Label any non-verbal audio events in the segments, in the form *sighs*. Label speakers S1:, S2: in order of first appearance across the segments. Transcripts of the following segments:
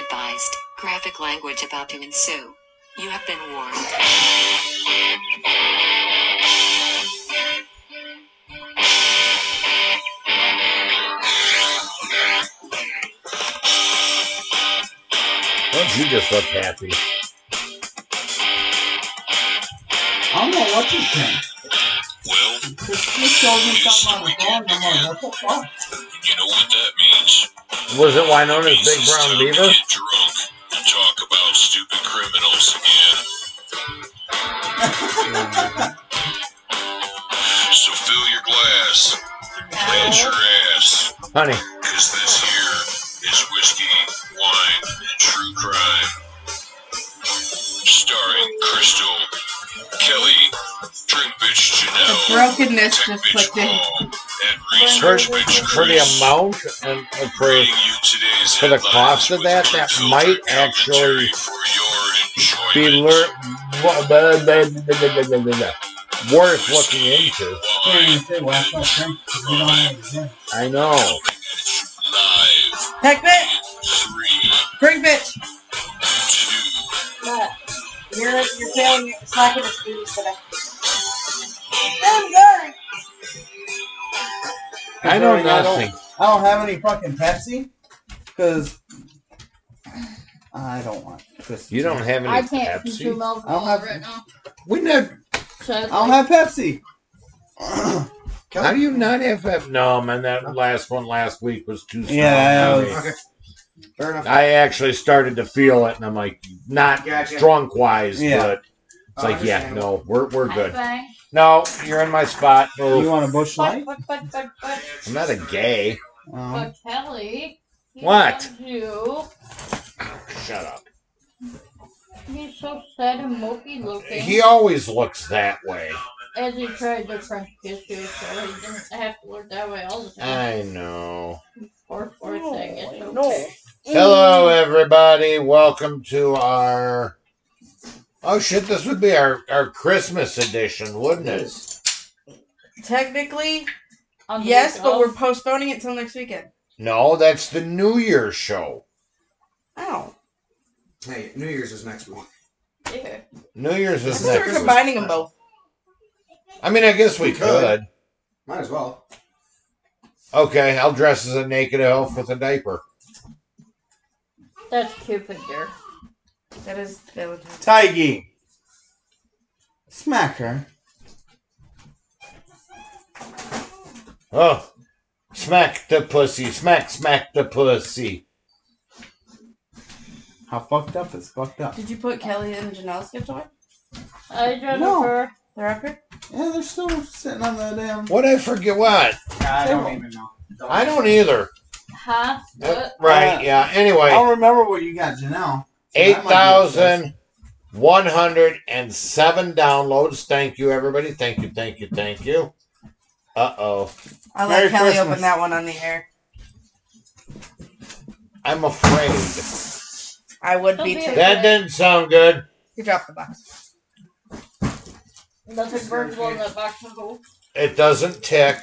S1: advised. Graphic language about to ensue. You have been warned. Don't you just look happy? I don't know what you think. Well, This kid showed me something on the phone, and I'm like, what the fuck? You know what that means?
S2: Was it why known as
S1: Means
S2: Big
S1: it's
S2: Brown
S1: time to
S2: Beaver?
S1: Get drunk and talk about stupid criminals again. So fill your glass, plant your ass,
S2: Honey,
S1: because this here is whiskey, wine, and true crime. Starring Crystal, Kelly, Drink Bitch Janelle,
S3: The brokenness
S1: Tech
S3: just
S1: Bitch
S3: put *laughs* the-
S1: Paul, and
S2: for,
S1: Research Bitch
S2: for the
S1: Chris.
S2: amount and and for
S1: Bringing you today's
S2: for the
S1: headlines
S2: cost of
S1: with
S2: that, that
S1: pre-filtered
S2: might
S1: commentary
S2: actually
S1: for your
S2: be
S1: enjoyment.
S2: lur- wa- blah, blah, blah, blah, blah, blah, blah, blah. worth looking into.
S1: Wine,
S2: I know.
S1: live,
S3: Heck, bitch!
S1: three,
S3: Drink, bitch!
S1: two,
S3: You're, you're failing, you're slacking at duties today. I'm good!
S2: I know nothing.
S4: I don't have any fucking Pepsi because I don't want Twisted.
S2: You don't have
S5: I
S2: any
S5: can't consume
S2: Pepsi.
S5: alcohol
S4: I'll have-
S5: right now.
S2: We never.
S5: So it's
S4: I don't
S5: like,
S4: have Pepsi. *clears throat*
S2: How do you not have Pepsi? No, man, that last one last week was too strong.
S4: Yeah,
S2: for
S4: that
S2: me.
S6: Okay. Fair enough.
S2: I actually started to feel it, and I'm like, not
S6: Gotcha.
S2: drunk wise,
S4: Yeah.
S2: but it's
S6: Oh,
S2: like, yeah,
S6: understandable.
S2: no, we're we're
S5: I
S2: good.
S5: think-
S2: No, you're in my spot.
S4: You
S2: Oh,
S4: want a bush
S5: But,
S4: light?
S5: but, but, but, but,
S2: I'm not a gay.
S4: Um,
S5: but Kelly. he
S2: What?
S5: loves You.
S2: Shut up.
S5: He's so sad and mopey looking.
S2: He always looks that way.
S5: as he tried to crunch tissue, so he didn't have to look that way all the time.
S2: I know.
S5: Or for a second. No.
S2: Hello, everybody. Welcome to our. Oh shit! This would be our our Christmas edition, wouldn't it?
S3: Technically, yes, but we're postponing it till next weekend.
S2: No, that's the New Year's show.
S3: Oh.
S6: Hey, New Year's is next week.
S5: Here.
S2: New Year's
S3: I
S2: is
S3: thought we were
S2: next.
S3: combining them both.
S2: I mean, I guess we could.
S6: Might as well.
S2: Okay, I'll dress as a naked elf with a diaper.
S5: That's Cupid there.
S3: That is Valentine's.
S4: Tiggy. Smack her.
S2: Oh, smack the pussy, smack, smack the pussy.
S4: How fucked up is fucked up.
S3: Did you put Kelly and Janelle's gift away?
S5: Hi, Jennifer.
S3: They're up here?
S4: Yeah, they're still sitting on the damn.
S2: What I forget? What
S6: I
S4: don't
S6: even know.
S2: I don't either.
S5: Huh? What?
S2: Right? Yeah.
S4: I
S2: Anyway,
S4: don't remember what you got, Janelle.
S2: eight thousand one hundred and seven downloads. Thank you, everybody. Thank you, thank you, thank you. Uh oh,
S3: I let
S4: Merry
S3: Kelly
S4: Christmas.
S3: open that one on the air.
S2: I'm afraid.
S3: I would
S5: Don't
S3: be
S5: be
S3: too.
S5: a-
S2: That didn't sound good.
S3: You dropped the box.
S5: Nothing burns well in that box of gold.
S2: It doesn't tick.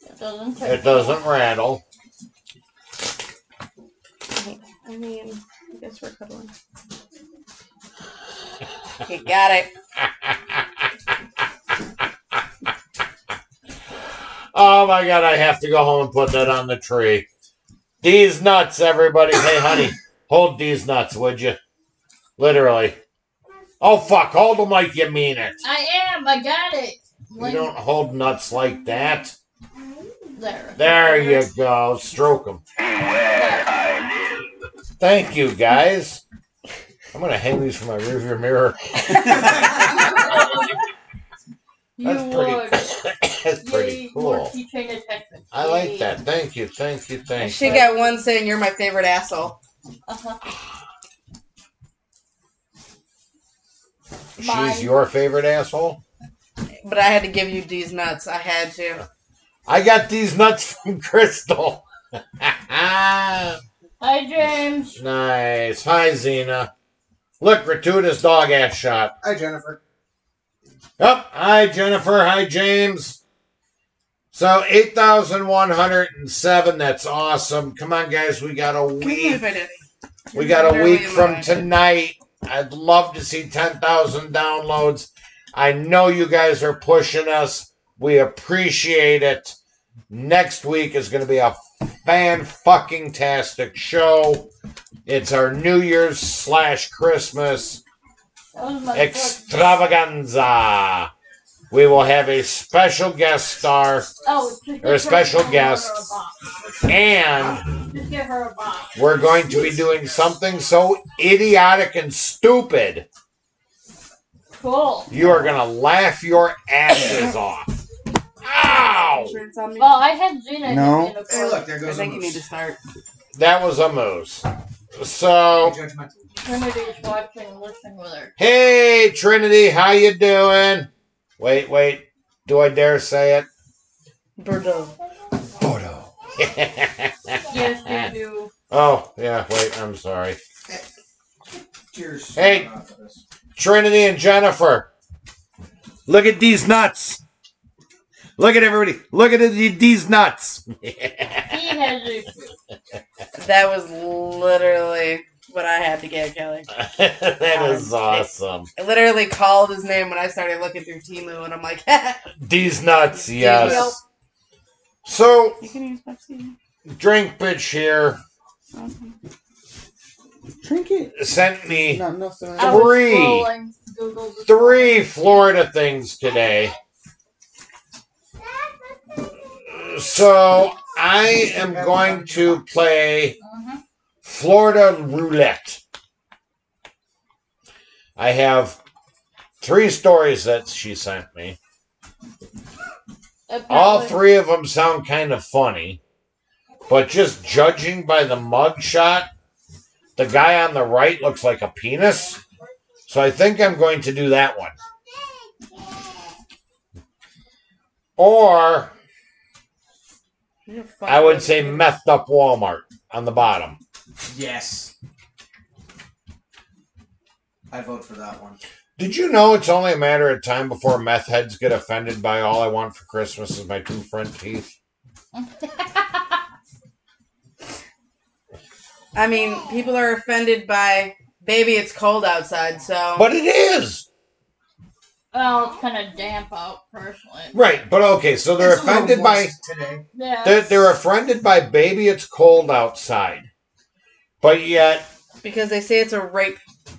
S5: It doesn't take
S2: It doesn't rattle.
S3: I mean, I guess we're cuddling. you got it.
S2: Oh my god, I have to go home and put that on the tree. These nuts, everybody. Hey, honey, hold these nuts, would you? Literally. Oh fuck, hold them like you mean it.
S5: I am. I got it.
S2: You
S5: Like-
S2: don't hold nuts like that.
S5: There. *laughs*
S2: There you go. Stroke them. Thank you, guys. I'm gonna hang these from my rearview mirror. *laughs*
S5: You
S2: That's pretty.
S5: would.
S2: *laughs* That's pretty
S5: Yay, more
S2: cool.
S5: keychain attachments.
S2: I
S5: Yay.
S2: like that. Thank you. Thank you. Thank you.
S3: *laughs* She got one saying, You're my favorite asshole.
S5: Uh-huh.
S2: She's
S5: Mine.
S2: your favorite asshole.
S3: But I had to give you these nuts. I had to.
S2: I got these nuts *laughs* from Crystal. *laughs*
S5: Hi, James.
S2: nice. Hi, Xena. Look, gratuitous dog ass shot.
S6: Hi, Jennifer.
S2: Up. hi, Jennifer. Hi, James. So 8,107. That's awesome. Come on, guys. We got a
S3: Come here,
S2: week
S3: baby.
S2: We got a
S3: Where
S2: week
S3: we
S2: from
S3: arrived.
S2: tonight. I'd love to see 10,000 downloads. I know you guys are pushing us. We appreciate it. Next week is going to be a fan fucking tastic show. It's our New Year's slash Christmas
S5: That was my foot.
S2: extravaganza. We will have a special guest star
S5: Oh, just give
S2: or a
S5: her-
S2: special
S5: give her a
S2: guest.
S5: box.
S2: and
S5: Just give her a box.
S2: we're going to be doing something so idiotic and stupid,
S5: Cool.
S2: you are going to laugh your asses *laughs* off. Ow!
S3: Insurance on me.
S5: Well, I had Gina.
S4: No.
S5: do it
S7: Hey,
S5: for
S7: look, there
S3: I
S7: goes a
S3: think you need to
S7: moose.
S3: start.
S2: That was a moose. So,
S7: Judgmental.
S5: Trinity's watching and listening with her.
S2: hey Trinity, how you doing? Wait, wait. Do I dare say it?
S3: Bordeaux.
S7: Photo.
S5: Yes, you do.
S2: *laughs* oh, yeah, wait, I'm sorry.
S7: Cheers.
S2: Hey.
S7: Uh, for this.
S2: Trinity and Jennifer. Look at these nuts. Look at everybody. Look at the- these nuts.
S5: He has issues.
S3: That was literally what I had to get, Kelly.
S2: *laughs* that is awesome.
S3: I literally called his name when I started looking through Timu, and I'm like, *laughs*
S2: These nuts,
S5: Yep.
S2: yes. So,
S3: you can use Pepsi.
S2: Drink Bitch here
S3: Awesome.
S4: Trinket.
S2: sent me
S4: No, no, sorry.
S5: I was
S2: Three.
S5: scrolling Google this
S2: three Florida things today. So, I am going to play
S5: morning. Mhm.
S2: Florida roulette. I have three stories that she sent me. All
S5: Apparently-
S2: three of them sound kind of funny, but just judging by the mug shot, the guy on the right looks like a penis. So I think I'm going to do that one. Or
S3: You're fucking-
S2: I would say methed up Walmart on the bottom.
S7: Yes. I vote for that one.
S2: Did you know it's only a matter of time before meth heads get offended by all I want for Christmas is my two front teeth?
S3: I mean, people are offended by baby. It's cold outside, so
S2: But it is!
S5: *laughs* well, it's kind of damp out personally.
S2: Right, but okay, so they're
S7: It's a little
S2: offended by.
S7: moist today.
S5: Yeah.
S2: They're, they're offended by baby, it's cold outside. But yet,
S3: because they say it's a rape
S7: So-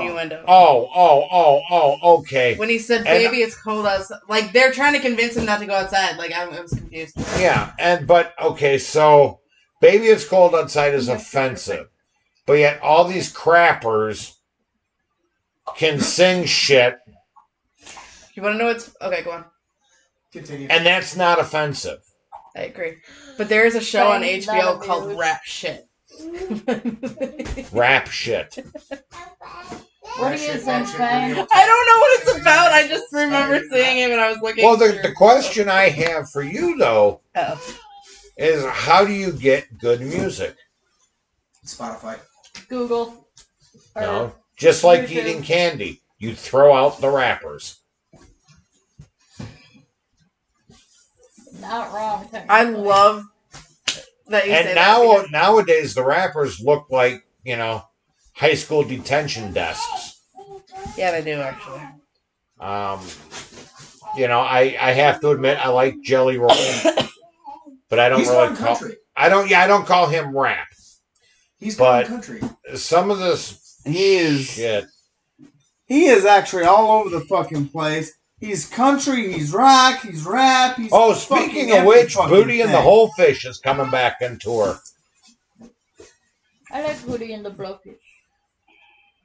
S3: innuendo.
S2: oh, oh, oh, oh, okay.
S3: when he said
S2: And-
S3: baby, it's cold outside. Like they're trying to convince him not to go outside. Like I, I was confused.
S2: Yeah, and but okay, so baby, it's cold outside is offensive. But yet, all these crappers can sing shit,
S3: You want to know what's okay? Go on.
S7: Continue.
S2: and that's not offensive.
S3: I agree. But there is a show on
S5: Friends,
S3: HBO
S5: that'll
S3: called
S5: do.
S3: Rap Shit. *laughs*
S2: Rap shit.
S7: *laughs*
S5: What
S7: That
S5: is
S7: shit-
S5: it,
S7: that shit
S5: man?
S7: really-
S3: I don't know what it's about. I just remember seeing him and I was looking.
S2: Well, the,
S3: through-
S2: the question I have for you, though,
S3: Oh.
S2: is how do you get good music?
S7: Spotify.
S5: Google. Or-
S2: No, just like
S5: YouTube.
S2: eating candy, you throw out the wrappers.
S5: Not wrong.
S3: I
S5: technically.
S3: love that you say
S2: and
S3: that
S2: now
S3: because-
S2: nowadays the rappers look like you know high school detention desks
S3: yeah, they do actually.
S2: um you know i i have to admit i like jelly roll but i don't
S7: He's
S2: really
S7: going
S2: call
S7: country.
S2: i don't yeah i don't call him rap
S7: He's
S2: but-
S7: going country.
S2: some of this
S4: He is.
S2: shit
S4: He is actually all over the fucking place. He's country. He's rock. He's rap. He's
S2: oh
S4: fucking
S2: speaking of
S4: every
S2: which
S4: fucking
S2: booty and the
S4: thing.
S2: whole fish is coming back in tour
S5: I like Woody and the Blowfish.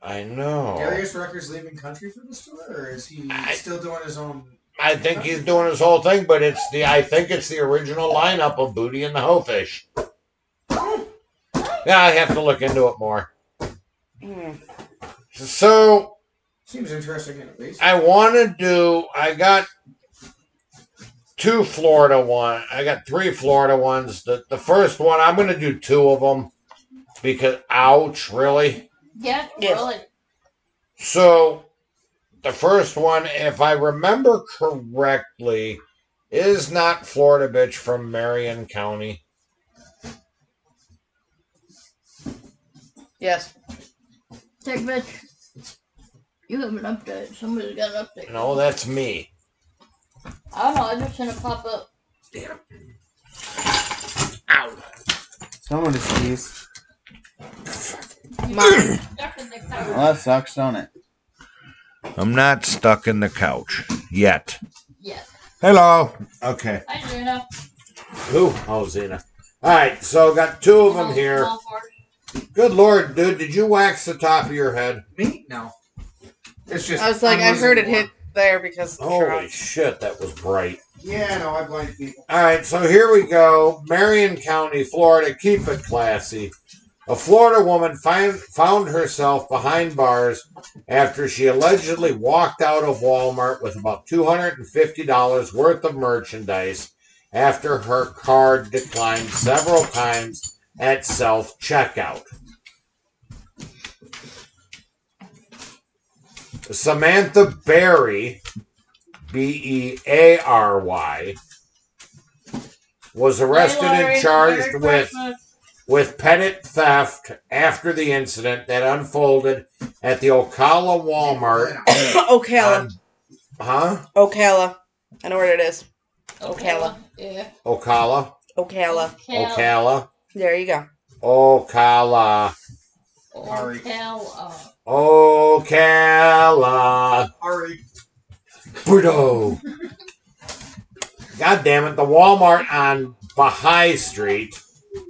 S2: i know
S7: Darius Rucker's leaving country for this tour, or is he
S2: I-
S7: still doing his own?
S2: i think he's doing his whole thing but it's the i think it's the original lineup of booty and the whole fish yeah i have to look into it more
S3: Mm.
S2: So
S7: Seems interesting at least.
S2: I want to do. I got two Florida one. I got three Florida ones. The the first one I'm going to do two of them because ouch, really.
S5: Yes,
S3: Yes.
S5: really.
S2: So the first one, if I remember correctly, is not Florida bitch from Marion County.
S3: Yes.
S5: Tech bitch. You have an update. Somebody's got an update.
S8: No, that's me.
S5: I don't know. I just seen it pop
S8: *clears throat*
S5: up.
S4: Someone to sneeze.
S3: Mom.
S5: Stuck in the cover.
S4: Well, that sucks, don't it?
S8: I'm not stuck in the couch yet.
S5: Yes.
S8: Hello. Okay.
S5: I do know.
S8: Who? Oh, Xena. All right, so got two of them here.
S5: Small part.
S8: Good lord, dude, did you wax the top of your head?
S7: Me? No. It's just.
S3: I was like, I
S7: I'm
S3: heard it
S7: losing
S3: hit there because of the
S8: Holy
S3: truck.
S8: shit, that was bright.
S7: one. Yeah, no, I blame people.
S8: All right, so here we go. Marion County, Florida. Keep it classy. A Florida woman find, found herself behind bars after she allegedly walked out of Walmart with about $250 worth of merchandise after her card declined several times at self checkout. Samantha Berry, B E A R Y, was arrested
S5: Hey, Laurie,
S8: and charged
S5: Merry
S8: with
S5: Christmas.
S8: with pettit theft after the incident that unfolded at the Ocala Walmart.
S3: *coughs* Ocala.
S8: on- huh?
S3: Ocala. I know where it is. Ocala.
S5: Yeah.
S8: Ocala?
S3: Ocala.
S5: Ocala.
S8: Ocala?
S3: There you go.
S8: Ocala. Oh,
S7: Sorry.
S5: Ocala.
S8: Ocala.
S7: Ari.
S8: Bruto. God damn it. The Walmart on Baha'i Street.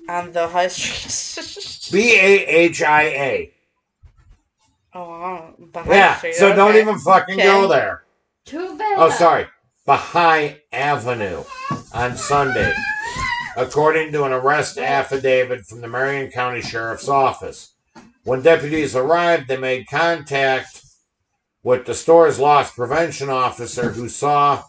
S3: On the high street. *laughs*
S8: B A H I A.
S3: oh, wow. The high
S8: Yeah.
S3: street.
S8: So don't
S3: okay.
S8: even fucking
S3: Okay.
S8: go there.
S5: Too bad.
S8: Oh, sorry. Baha'i Avenue on Sunday, according to an arrest affidavit from the Marion County Sheriff's Office. When deputies arrived, they made contact with the store's loss prevention officer who saw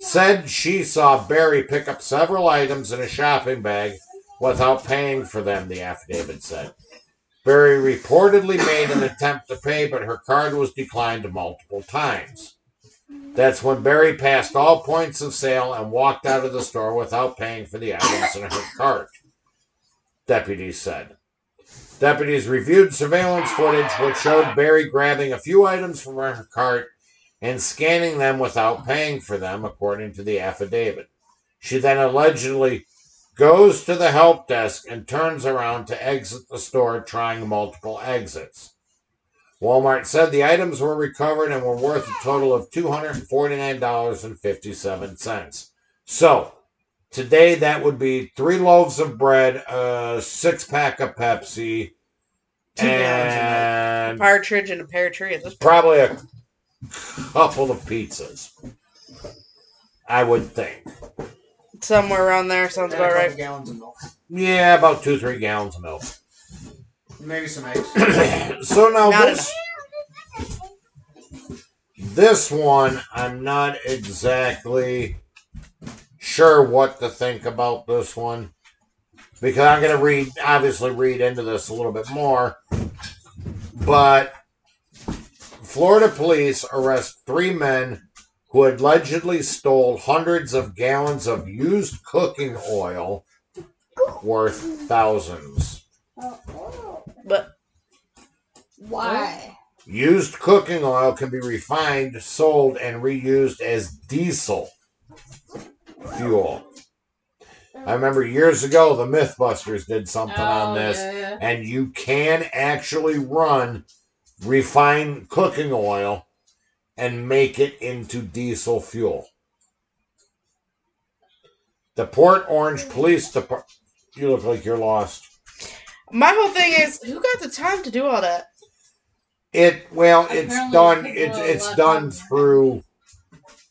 S8: said she saw Barry pick up several items in a shopping bag without paying for them, the affidavit said. Barry reportedly made an attempt to pay, but her card was declined multiple times. That's when Barry passed all points of sale and walked out of the store without paying for the items in her cart, deputies said. Deputies reviewed surveillance footage, which showed Barry grabbing a few items from her cart and scanning them without paying for them, according to the affidavit. She then allegedly goes to the help desk and turns around to exit the store, trying multiple exits. Walmart said the items were recovered and were worth a total of $249.57. So, today that would be three loaves of bread, a six pack of Pepsi,
S7: Two gallons of milk.
S8: and
S3: Partridge in a pear tree at this point.
S8: probably a couple of pizzas. I would think.
S3: Somewhere around there.
S7: And
S3: Sounds
S7: a
S3: about
S7: couple
S3: right.
S7: gallons of milk.
S8: Yeah, about two, three gallons of milk.
S7: Maybe some eggs.
S8: *coughs* so now
S3: Not
S8: this this one I'm not exactly sure what to think about this one because I'm going to read obviously read into this a little bit more but Florida police arrest three men who allegedly stole hundreds of gallons of used cooking oil worth thousands.
S3: But
S5: Why?
S8: Used cooking oil can be refined, sold, and reused as diesel fuel. I remember years ago the Mythbusters did something on this,
S5: Oh, Yeah.
S8: and you can actually run refined cooking oil and make it into diesel fuel. The Port Orange Police Department. You look like you're lost.
S3: my whole thing is, who got the time to do all that?
S8: It well, it's
S5: Apparently
S8: done.
S5: people
S8: It's
S5: are
S8: it's
S5: allowed
S8: done
S5: to-
S8: through.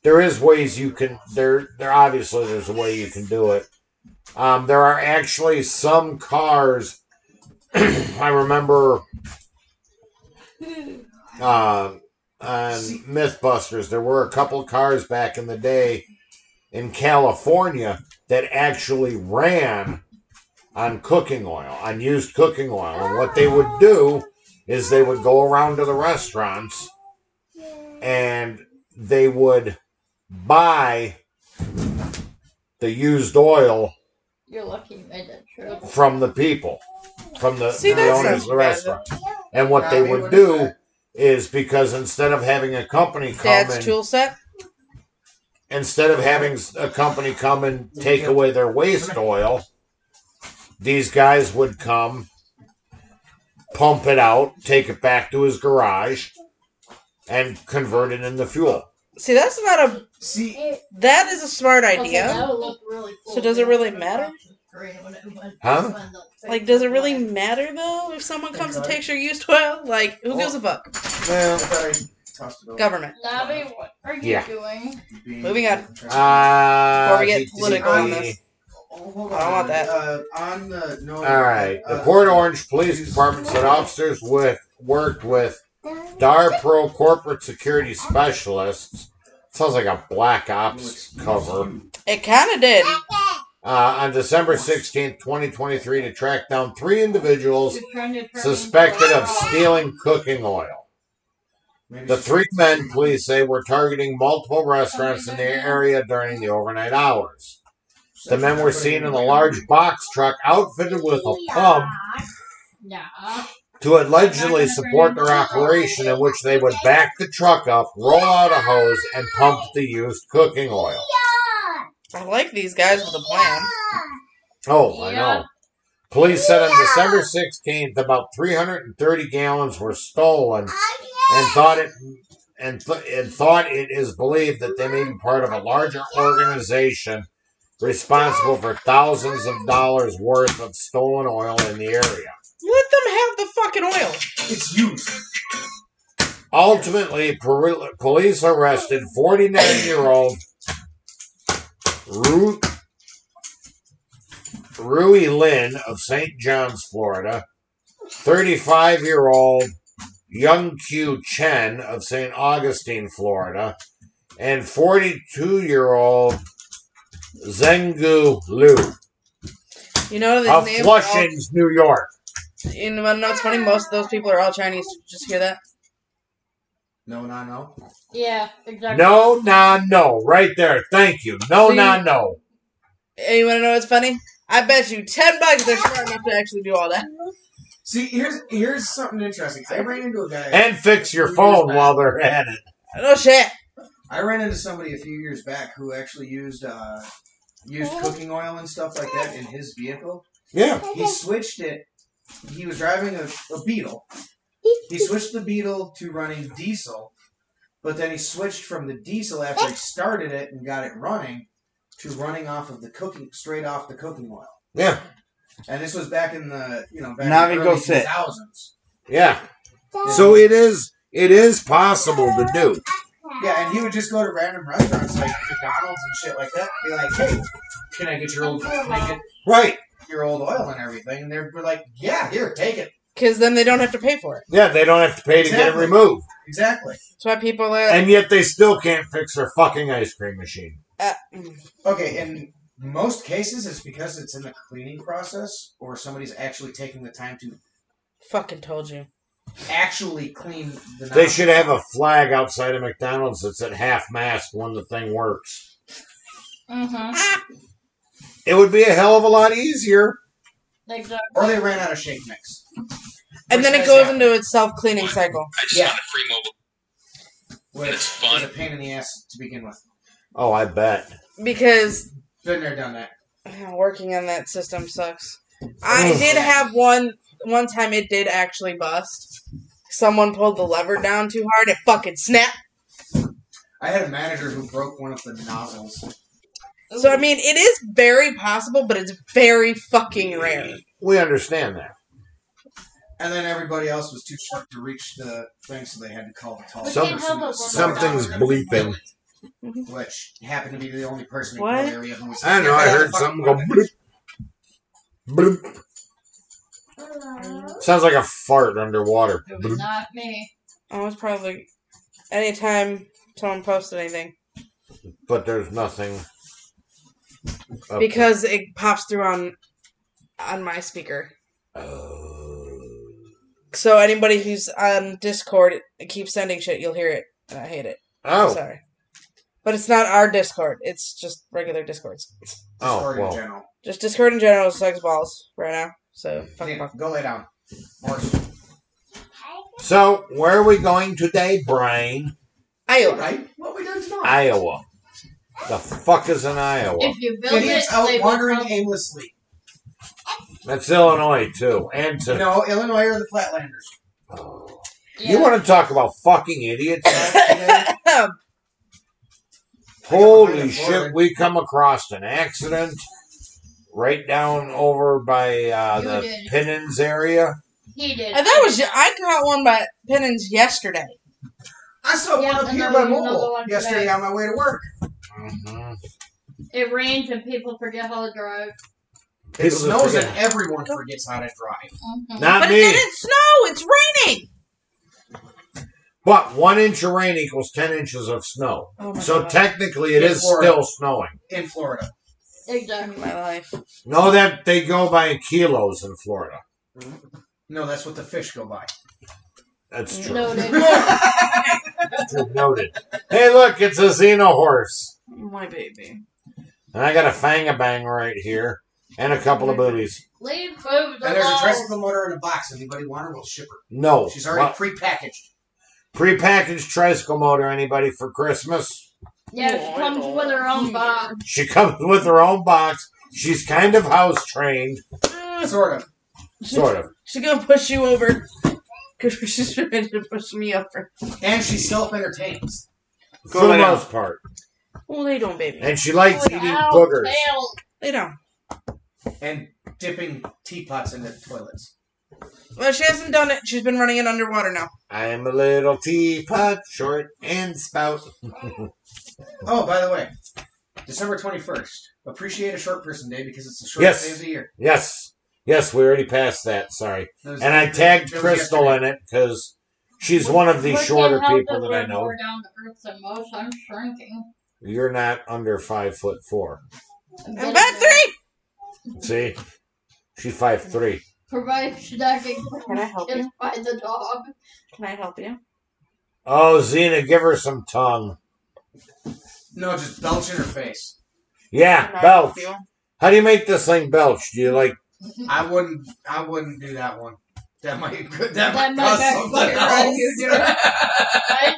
S8: There is ways you can there. There obviously there's a way you can do it. Um, there are actually some cars. *clears throat* I remember
S5: *laughs*
S8: um, on MythBusters, there were a couple cars back in the day in California that actually ran on cooking oil, on used cooking oil. And what they would do is they would go around to the restaurants and they would buy the used oil
S5: You're lucky you made that trip.
S8: from the people, from the,
S3: See,
S8: the
S3: that's
S8: owners
S3: not
S8: of the
S3: too bad.
S8: restaurant. And what they
S7: Tommy,
S8: would
S7: what is
S8: do
S7: that?
S8: is because instead of having a company come
S3: Dad's
S8: and
S3: tool set.
S8: instead of having a company come and take away
S3: *laughs*
S8: their waste oil, these guys would come, pump it out, take it back to his garage, and convert it into fuel.
S3: See, that's not a.
S4: See,
S3: That is a smart
S5: Also,
S3: idea.
S5: that would look really cool.
S3: So does it really matter?
S8: Huh?
S3: Like, does it really matter though if someone comes and takes your used oil? Like, who gives a fuck?
S4: well,
S7: Sorry. Tossed it over.
S3: Government.
S5: Navi, what are you
S8: Yeah.
S5: doing?
S7: Being-
S3: Moving on.
S8: Uh,
S3: Before we get political
S7: on
S3: this.
S7: Oh, hold
S3: I don't want that.
S7: Uh, on the no.
S8: All right. The
S7: uh,
S8: Port Orange Police Department said officers with worked with DARPRO corporate security specialists. Sounds like a black ops cover.
S3: It kind of did.
S8: Uh, on December 16th, 2023, to track down three individuals suspected of stealing cooking oil.
S7: Maybe
S8: The
S7: she-
S8: three men, police say, were targeting multiple restaurants in the area during the overnight hours. The men were seen in a large box truck outfitted with a pump
S5: Nah.
S8: to allegedly support their operation in which they would back the truck up, roll out a hose, and pump the used cooking oil.
S3: I like these guys with a plan.
S8: Oh, I know. Police said on December 16th, about 330 gallons were stolen and thought it and, th- and thought it is believed that they may be part of a larger organization responsible for thousands of dollars worth of stolen oil in the area.
S3: Let them have the fucking oil.
S7: It's used.
S8: Ultimately, per- police arrested 49 year old Ru- Rui Lynn of St. John's, Florida, 35 year old Young Q Chen of St. Augustine, Florida, and 42 year old Zengu Liu
S3: You know these
S8: of
S3: names. are all-
S8: Flushings, New York.
S3: You know, I know it's funny. Most of those people are all Chinese. Did you Just hear that.
S7: No, no, no.
S5: Yeah, exactly.
S8: No, nah, no. Right there. Thank you. No,
S3: See?
S8: nah, no.
S3: And you want to know what's funny? I bet you ten bucks they're smart enough to actually do all that.
S7: See, here's here's something interesting. I ran into a guy.
S8: And fix your phone while they're at it.
S3: No shit.
S7: I ran into somebody a few years back who actually used uh, used cooking oil and stuff like that in his vehicle.
S8: Yeah.
S7: He switched it. He was driving a, a Beetle. He switched the Beetle to running diesel, but then he switched from the diesel after he started it and got it running to running off of the cooking straight off the cooking oil.
S8: Yeah.
S7: And this was back in the you know back
S4: Now
S7: in
S4: we
S7: the
S4: go
S7: early
S4: sit.
S7: 2000s.
S8: Yeah. So it is it is possible to do.
S7: Yeah, and he would just go to random restaurants like McDonald's and shit like that, and be like, "Hey, can I get your old can I get
S8: Right.
S7: your old oil and everything?" And they were like, "Yeah, here, take it."
S3: Because then they don't have to pay for it.
S8: Yeah, they don't have to pay to get it
S7: Exactly.
S8: removed.
S7: Exactly.
S3: That's why people are.
S8: And yet they still can't fix their fucking ice cream machine.
S3: uh, mm.
S7: Okay, in most cases, it's because it's in the cleaning process, or somebody's actually taking the time to
S3: fucking told you.
S7: actually clean the.
S8: They
S7: nozzle.
S8: should have a flag outside of McDonald's that's at half mast when the thing works.
S5: Mm-hmm.
S8: It would be a hell of a lot easier.
S5: Exactly.
S7: Or they ran out of shake mix.
S3: And then
S7: Which
S3: it
S7: does
S3: goes
S7: happen.
S3: into its self cleaning cycle.
S1: I just
S7: Yeah.
S1: got a free mobile.
S7: Which
S1: It's fun.
S7: is a pain in the ass to begin with.
S8: Oh, I bet.
S3: Because *sighs*
S7: Been there, done that.
S3: uh, working on that system sucks. I
S8: Ugh.
S3: did have one one time it did actually bust. Someone pulled the lever down too hard, it fucking snapped.
S7: I had a manager who broke one of the nozzles.
S3: So I mean it is very possible, but it's very fucking rare.
S8: We understand that.
S7: And then everybody else was too short to reach the thing, so they had to call the tall
S8: Some-
S7: person to start
S8: Something's
S7: out.
S8: bleeping.
S7: Which happened to be the only person
S3: What?
S7: in the area who was.
S8: I know, I heard something go bloop. Bloop. Sounds like a fart underwater.
S5: It
S8: Bloop.
S5: was not me.
S3: I was probably anytime someone posted anything.
S8: But there's nothing. up
S3: Because it pops through on on my speaker.
S8: Oh.
S3: So anybody who's on Discord it keeps sending shit, you'll hear it. And I hate it. I'm
S8: Oh.
S3: sorry. But it's not our Discord. It's just regular Discords.
S8: Oh,
S7: Or in
S8: well.
S7: general.
S3: Just Discord in general sucks balls right now. So fuck,
S7: Yeah,
S3: fuck.
S7: Go lay down. Horse.
S8: So, where are we going today, Brian?
S3: Iowa.
S7: Right? What we done tomorrow?
S8: Iowa. The fuck is in Iowa?
S5: If you build
S7: Idiots
S5: it,
S7: out
S5: they will
S7: wandering
S5: come.
S7: aimlessly.
S8: That's Illinois, too. And to.
S7: No, Illinois or the
S5: *laughs*
S7: Flatlanders.
S5: Yeah.
S8: You want to talk about fucking idiots?
S7: Today,
S3: *laughs*
S8: Holy
S7: Florida.
S8: shit, we come across an accident right down over by uh,
S5: You
S8: the
S5: did.
S8: Pinnins area.
S5: He did.
S3: I thought it was I caught one by Pennins yesterday.
S7: I saw
S5: Yeah,
S7: one up
S5: and
S7: here
S5: then
S7: by
S5: another
S7: mobile
S5: one
S7: yesterday
S5: today.
S7: on my way to work.
S8: Mhm.
S5: It rains and people forget how to drive.
S8: People
S7: It
S8: just
S7: snows
S8: forget.
S7: and everyone forgets how to
S8: Not
S7: drive.
S5: Mm-hmm.
S3: but
S8: me.
S3: it didn't snow. It's raining.
S8: But one inch of rain equals 10 inches of snow.
S3: Oh my
S8: So
S3: god.
S8: technically, it
S7: In
S8: is
S7: Florida.
S8: still snowing.
S7: In Florida.
S5: Exactly.
S3: my life.
S8: Know that they go by kilos in Florida.
S7: No, that's what the fish go by.
S8: That's true.
S5: Noted.
S8: *laughs*
S7: I
S8: Noted. Hey, look, it's a Xena horse.
S3: My baby.
S8: And I got a fang a bang right here and a couple of booties.
S5: Leave food
S7: there's a
S5: alone.
S7: tricycle motor in a box. Anybody want her? We'll ship her.
S8: No.
S7: She's already prepackaged.
S8: Prepackaged tricycle motor, anybody for Christmas?
S5: Yeah, she comes with her own box.
S8: She *laughs* comes with her own box. She's kind of house trained,
S7: Sort of.
S8: sort
S7: *laughs*
S8: of.
S3: She's gonna push you over. *laughs* Cause she's *laughs* trying to push me over.
S7: And she self entertains.
S8: For the
S4: lay down.
S8: most part.
S3: Well, they don't, baby.
S8: And she likes eating
S5: Ow,
S8: boogers.
S5: tail.
S3: They don't.
S7: And dipping teapots into toilets.
S3: Well, she hasn't done it. She's been running it underwater now.
S8: I'm a little teapot, short and spout.
S7: Oh, by the way, December 21st. Appreciate a short person day because it's the shortest
S8: Yes.
S7: day of the year.
S8: Yes. Yes, we already passed that. Sorry.
S7: That was-
S8: And I tagged
S7: that was
S8: Crystal
S7: yesterday.
S8: in it because she's one of the
S5: What the
S8: shorter
S5: hell
S8: people
S5: did
S8: that I
S5: we're
S8: know.
S5: More down to earth than most. I'm shrinking.
S8: You're not under five foot four.
S3: I'm bad three.
S8: See? She's five three.
S5: Provided she not get
S3: Can I help you?
S5: by the dog.
S3: Can I help you?
S8: Oh, Xena, give her some tongue.
S7: No, just belch in her face.
S8: Yeah, belch. How do you make this thing belch? Do you like
S7: I wouldn't. I wouldn't do that one. That might. *laughs* That,
S5: That
S7: might
S5: might
S7: cause
S5: backfire
S7: something
S5: on you,
S7: else.
S5: dude. Hi,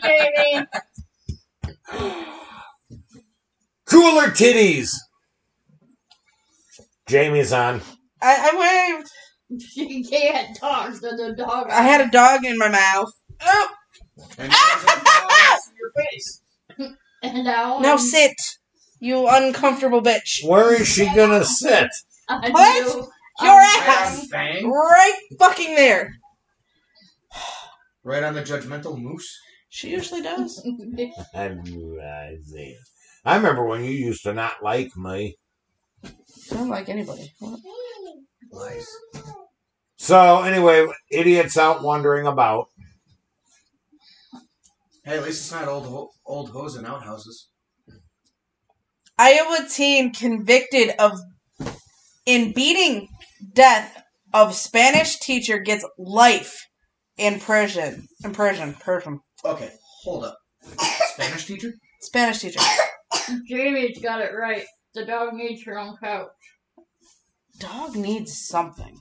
S5: baby.
S8: cooler titties? Jamie's on.
S3: I, I waved.
S5: *laughs* She can't talk to the dog.
S3: I had a dog in my mouth. *laughs* Oh,
S7: *laughs* And that's what falls in your face.
S5: And now,
S3: now sit. You uncomfortable bitch.
S8: Where is she gonna sit? *laughs*
S5: I
S3: What?
S5: knew-
S3: Your
S5: I-
S7: Right
S3: ass.
S7: on fang.
S3: Right fucking there.
S7: Right on the judgmental moose.
S3: She usually does.
S8: I'm rising. I remember when you used to not like me.
S3: I don't like anybody.
S7: Lies.
S8: So anyway, idiots out wandering about.
S7: Hey, at least it's not old ho- old hoes and outhouses.
S3: Iowa teen convicted of in beating death of Spanish teacher gets life in prison. In prison, prison.
S7: Okay, hold up. Spanish teacher?
S3: Spanish teacher.
S5: *laughs*
S3: *coughs*
S5: Jamie's got it right. The dog needs her own couch.
S3: Dog needs something.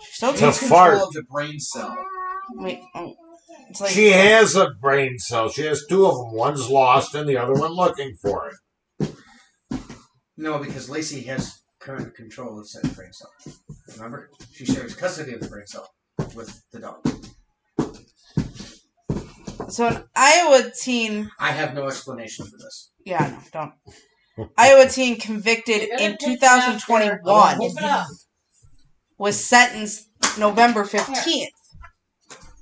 S3: She still
S8: The
S3: needs
S7: Takes
S3: control.
S8: fart.
S7: Control of the brain cell.
S3: Wait, oh. It's like
S8: She has a brain cell. She has two of them. One's lost, and the other one looking for it.
S7: No, because Lacey has current control of said brain cell. Remember, she shares custody of the brain cell with the dog.
S3: so an Iowa teen
S7: I have no explanation for this.
S3: Yeah, no, don't. Iowa teen convicted
S5: You're gonna
S3: in
S5: take it out there.
S3: 2021
S5: Open up.
S3: was sentenced November 15th.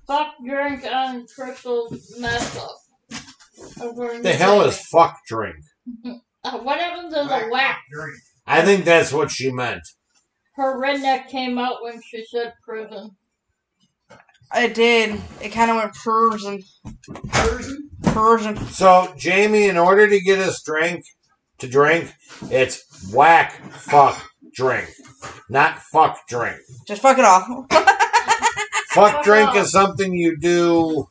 S5: Fuck drink on Crystal's mess up. According
S8: The
S5: to
S8: hell
S5: Jamie.
S8: is fuck drink?
S5: Uh, what happened to the whack?
S8: I think that's what she meant.
S5: Her redneck came out when she said prison.
S3: It did. It kind of went Persian. Persian.
S8: So Jamie, in order to get us drink to drink, it's whack fuck drink, not fuck drink.
S3: Just fuck it all.
S8: Fuck drink is something you do.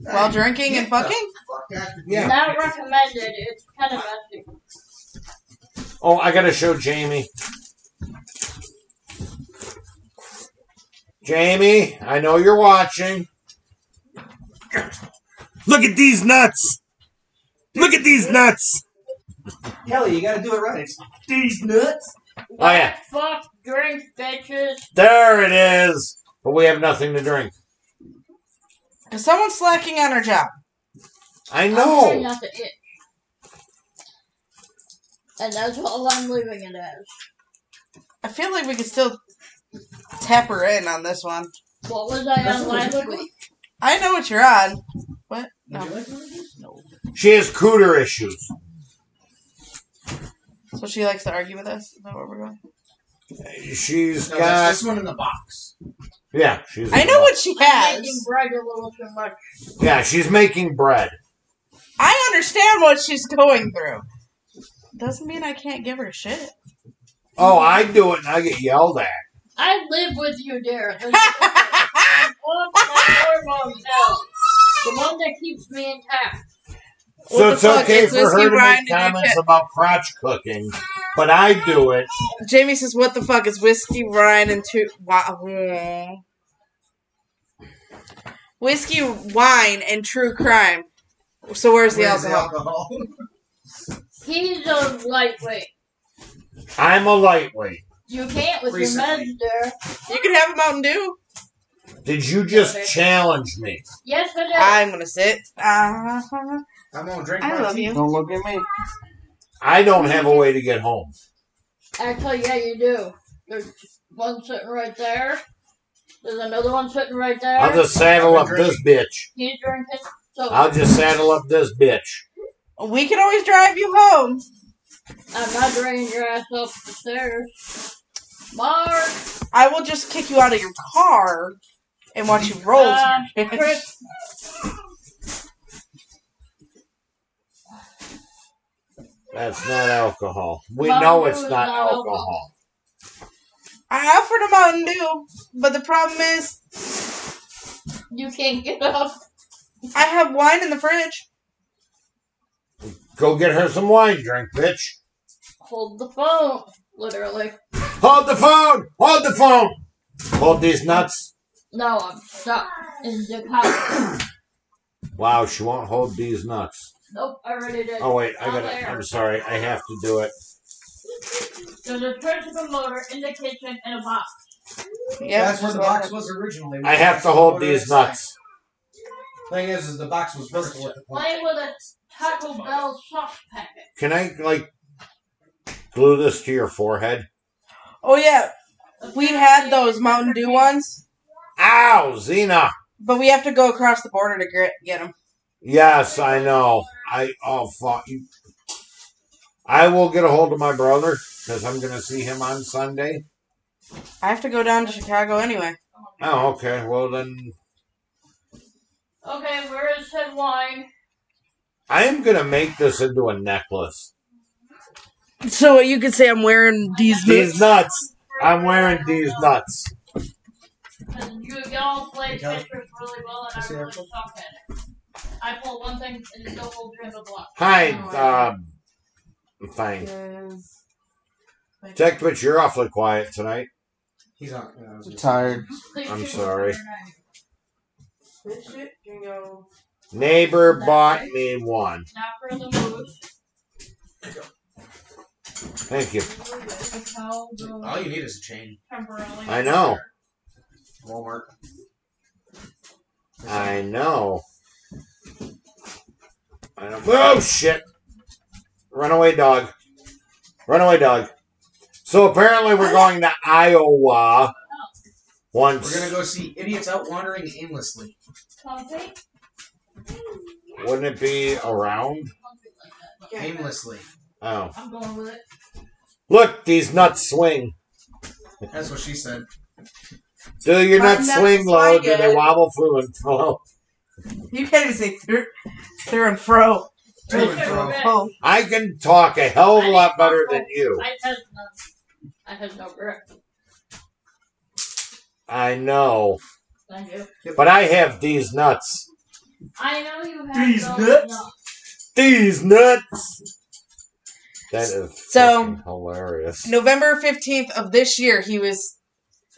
S3: While drinking and fucking?
S7: Fuck that.
S8: Yeah.
S5: Not recommended. It's kind of messy.
S8: Oh, I gotta show Jamie. Jamie, I know you're watching. Look at these nuts. Look at these nuts.
S7: Kelly, you gotta do it right. It's these nuts.
S8: Oh, yeah.
S5: Fuck, drink, bitches.
S8: There it is. But we have nothing to drink.
S3: Because someone's slacking on her job.
S8: I
S5: I'm trying
S8: know.
S5: not to itch. And that's all I'm leaving it as.
S3: I feel like we could still tap her in on this one.
S5: What was I
S7: That's
S5: on
S7: what
S5: last
S7: it
S5: week?
S3: I know what you're on. What?
S7: Would you
S3: No.
S7: like one of these?
S8: She has cooter issues.
S3: So she likes to argue with us. Is that where we're going?
S8: She's
S7: No, that's
S8: got.
S7: this one in the box.
S8: Yeah, she's.
S3: I know what she
S5: I'm making
S3: has.
S5: bread a little too much.
S8: Yeah, she's making bread.
S3: I understand what she's going through. Doesn't mean I can't give her shit. *laughs*
S8: Oh, I do it and I get yelled at.
S5: I live with you, Darren. This is one of my hormones now. The one that keeps me intact.
S3: What
S8: So
S3: the
S8: it's
S3: fuck?
S8: okay
S3: It's
S8: for
S3: whiskey
S8: her to
S3: brine and
S8: make
S3: you
S8: comments
S3: can't-
S8: about crotch cooking, but I do it.
S3: Jamie says, "What the fuck is whiskey, wine, and two wow. whiskey, wine, and true crime?" So where's the
S7: Where's
S3: alcohol?
S7: alcohol? *laughs*
S5: He's a lightweight.
S8: I'm a lightweight.
S5: You can't with your
S7: Recently.
S5: meds, Darren.
S3: You can have a Mountain Dew.
S8: Did you just challenge me?
S5: Yes, I did.
S3: I'm gonna sit. Uh-huh.
S7: I'm gonna drink
S3: I
S7: my
S3: love
S7: tea.
S3: you.
S4: Don't look at me.
S8: I don't have a way to get home.
S5: Actually, yeah, you do. There's one sitting right there. There's another one sitting right there.
S8: I'll just saddle up this bitch.
S5: He's drinking. So
S8: I'll just saddle up this bitch.
S3: We can always drive you home.
S5: I'm not dragging your ass up the stairs. Mark,
S3: I will just kick you out of your car and watch you
S8: Oh.
S3: roll. *laughs*
S5: Uh, Chris.
S8: That's not alcohol. We
S5: Mountain
S8: know
S5: Dew
S8: it's
S5: is
S8: not
S5: not alcohol.
S8: alcohol.
S3: I offered a Mountain Dew, but the problem is
S5: you can't get up.
S3: I have wine in the fridge.
S8: Go get her some wine drink, bitch.
S5: Hold the phone, literally.
S8: Hold the phone! Hold the phone! Hold these nuts.
S5: No, I'm stuck in the car.
S8: Wow, she won't hold these nuts.
S5: nope, I already did.
S8: Oh wait, I
S5: Not
S8: gotta
S5: there.
S8: I'm sorry, I have to do it.
S5: There's a principal motor in the kitchen in a box.
S3: Yeah,
S7: That's where the box was originally.
S8: I have to hold these nuts.
S7: Thing is, is the box was supposed to work.
S8: Oh.
S5: Play with a Taco Bell sauce packet.
S8: Can I like glue this to your forehead?
S3: Oh yeah, we had those Mountain Dew ones,
S8: Ow, Xena!
S3: but we have to go across the border to get, get them.
S8: Yes, I know. I oh fuck you. I will get a hold of my brother because I'm gonna see him on Sunday.
S3: I have to go down to Chicago anyway.
S8: Oh, okay. Well then,
S5: Okay, where is said wine?
S8: I am gonna make this into a necklace.
S3: So you could say I'm wearing these.
S8: These nuts. I'm wearing these nuts.
S5: Because you y'all play
S7: Yeah.
S5: Tetris really well, and I really suck at it. I pull one thing and still hold you in the block. *laughs*
S8: Hi, um, fine. Tech, but you're awfully quiet tonight.
S7: He's on. no, I was
S4: I'm
S7: just-
S4: tired.
S8: I'm sorry.
S3: Why
S8: Neighbor bought me one.
S5: Not for the moose.
S8: Thank you.
S7: All you need is a chain.
S5: Temporarily.
S8: I know.
S7: Walmart.
S8: I know. I know. Oh shit! Runaway dog. Runaway dog. So apparently we're going to Iowa
S7: We're gonna
S8: once.
S7: go see idiots out wandering aimlessly.
S5: Something?
S8: Wouldn't it be around?
S5: Something like that.
S7: Aimlessly.
S8: Oh,
S5: I'm going with it.
S8: look, these nuts swing.
S7: That's what she said.
S8: Do your
S3: My
S8: nuts
S3: nuts
S8: swing low? Do they
S3: swinging.
S8: wobble, flew, and flow?
S3: You can't even say through, through and fro.
S7: To and
S5: *laughs*
S7: fro.
S3: Oh,
S8: I can talk a hell of a lot better than you.
S5: I had no, I had no grip.
S8: I know.
S5: Thank you.
S8: But I have these nuts.
S5: I know you have
S7: These
S5: those
S7: nuts?
S5: nuts.
S8: These nuts! That is
S3: So-
S8: fucking hilarious.
S3: November 15th of this year, he was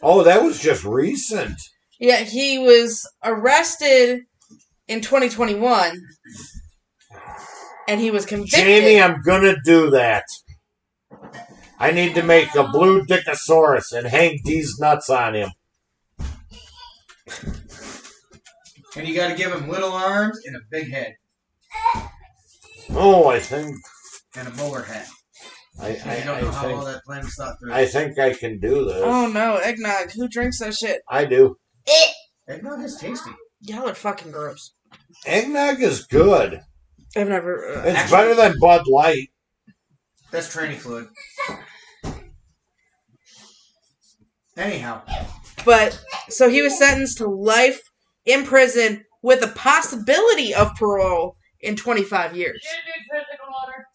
S8: Oh, that was just recent.
S3: Yeah, he was arrested in 2021, and he was convicted.
S8: Jamie, I'm gonna do that. I need to make a blue dickosaurus and hang these nuts on him.
S7: And you got to give him little arms and a big head
S8: Oh, I think
S7: and a bowler hat.
S8: I
S7: And you don't
S8: I,
S7: know
S8: I
S7: how well
S8: think
S7: that plan's thought through.
S8: I think I can do this.
S3: oh no, eggnog! Who drinks that shit?
S8: I do.
S7: Eggnog is tasty.
S3: Y'all are fucking gross.
S8: Eggnog is good.
S3: I've never. Uh,
S8: It's
S7: Actually-
S8: better than Bud Light.
S7: That's tranny fluid. Anyhow,
S3: but so he was sentenced to life in prison with a possibility of parole in 25 years.
S5: Get a new physical order.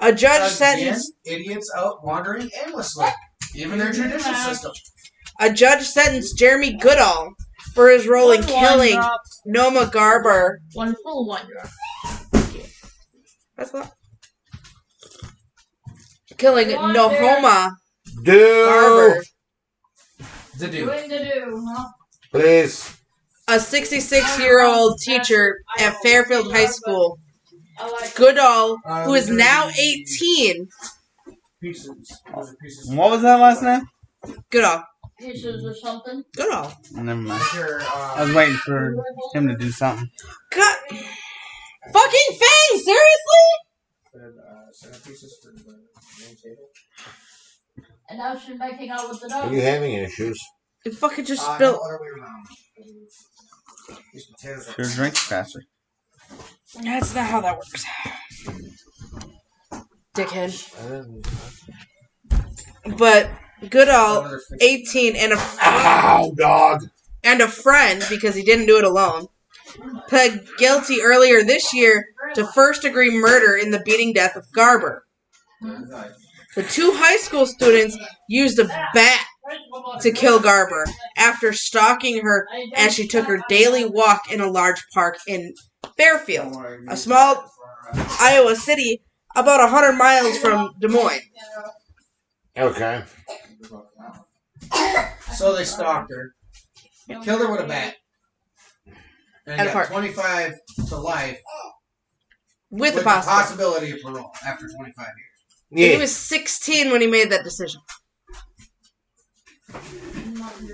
S3: A judge
S7: again,
S3: sentenced
S7: idiots out wandering endlessly, even their judicial system.
S3: a judge sentenced Jeremy Goodall for his role in
S5: One
S3: killing
S5: drop,
S3: Noma Garber.
S5: one full one drop.
S3: That's not killing
S5: One
S3: Nohoma.
S8: Do
S3: Barber,
S7: The dude.
S5: Doing to do, huh?
S8: please. Oh.
S3: a 66 year old teacher at Fairfield High School.
S5: I like
S3: Goodall, who is now 18.
S7: Pieces. Those are pieces.
S4: What was that last name?
S3: Goodall.
S5: pieces or something.
S3: Goodall.
S4: Never mind.
S7: Your,
S4: I
S7: uh,
S4: was waiting for him to do something.
S3: God. Fucking Fang, seriously?
S7: and, uh, centerpieces for the main table.
S5: And now she's making out with the
S8: Are
S5: dog.
S8: you having issues?
S3: You fucking just
S7: Uh,
S3: spilled.
S7: no, other way around. These potatoes are-
S4: Sure, drink faster.
S3: That's not how that works. Dickhead.
S8: I didn't-
S3: But Goodall,
S7: Another fix-
S3: 18, and a,
S8: Ow, dog.
S3: and a friend, because he didn't do it alone, pled guilty earlier this year to first degree murder in the beating death of Garber. The two high school students used a bat to kill Garber after stalking her as she took her daily walk in a large park in Fairfield, a small Iowa city about 100 miles from Des Moines.
S8: Okay.
S7: So they stalked her, killed her with a bat, and
S3: At a
S7: got
S3: park.
S7: 25 to life
S3: With the
S7: the
S3: possibility.
S7: possibility of parole after 25 years.
S3: He
S8: Yeah.
S3: was 16 when he made that decision.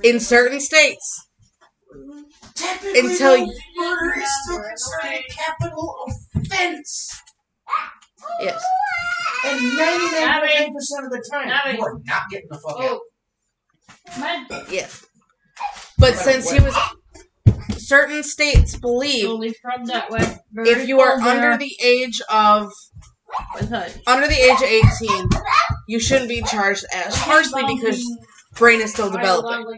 S3: In certain states. Until you.
S7: Murder is still considered a capital offense,
S3: Yes.
S7: and 99% of the time, you are not getting the fuck out.
S5: Oh. Man,
S3: Yes. But since he was. Certain states believe
S5: slowly from that way. Very
S3: if you are
S5: slow there.
S3: under the age of
S5: With a-
S3: under the age of 18 you shouldn't be charged as harshly because brain is still developing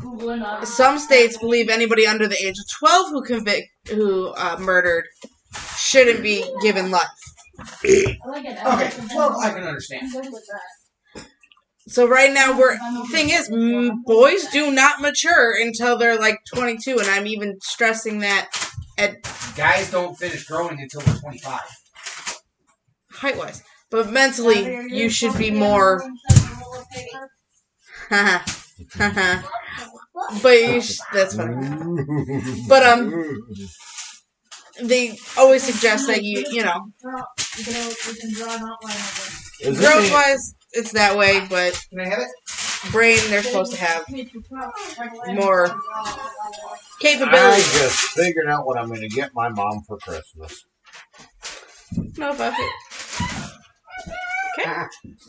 S5: Googling up.
S3: some states believe anybody under the age of 12 who convict who uh, murdered shouldn't be given life
S5: I like it. I
S7: Okay,
S5: like it.
S7: well, I can understand.
S5: I'm good with that.
S3: so right now we're thing is m- boys do not mature until they're like 22 and i'm even stressing that
S7: Guys don't finish growing until they're 25.
S3: height wise but mentally you should be more but you sh- that's funny But, um, they always suggest that you, you know,
S5: You can always- you can draw an outline of
S8: Is this
S3: growth
S8: a-
S3: wise, it's that way, but
S7: Can I have it?
S3: brain,
S5: it.
S3: they're supposed to have more-
S5: more.
S8: I
S3: capability.
S8: just figured out what I'm going to get my mom for Christmas.
S3: No, fuck it.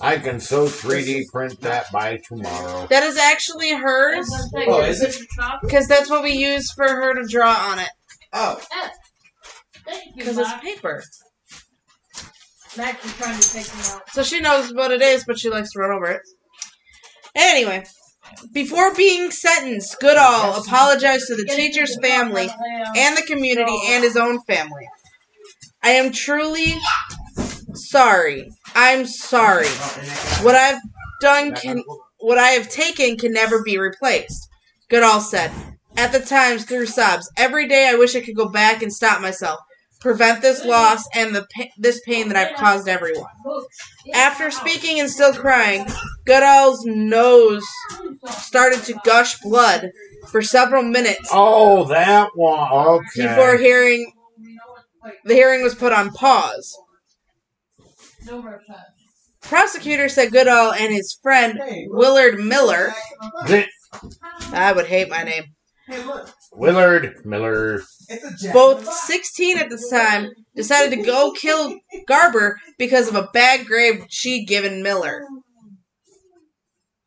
S8: I can so 3D print that by tomorrow.
S3: That is actually hers,
S7: Oh, is it?
S3: because that's what we use for her to draw on it,
S7: Oh,
S5: Thank you,
S3: because it's
S5: Max.
S3: paper.
S5: Max is trying to take me out.
S3: So she knows what it is, but she likes to run over it. Anyway, before being sentenced, Goodall apologized to the teacher's family and the community and his own family. I am truly sorry. I'm sorry.
S7: Oh,
S3: What I've done can what I have taken can never be replaced. Goodall said. At the times through sobs, every day I wish I could go back and stop myself. prevent this loss and the pa- this pain that I've caused everyone. After speaking and still crying, Goodall's nose started to gush blood for several minutes
S8: Oh, that one. Okay.
S3: before hearing the hearing was put on pause. Prosecutor said Goodall and his friend Willard Miller.
S8: Th-
S3: I would hate my name.
S7: Hey, look,
S8: Willard Miller.
S7: it's a jack.
S3: both 16 at the time, decided to go kill Garber because of a bad grade she'd given Miller.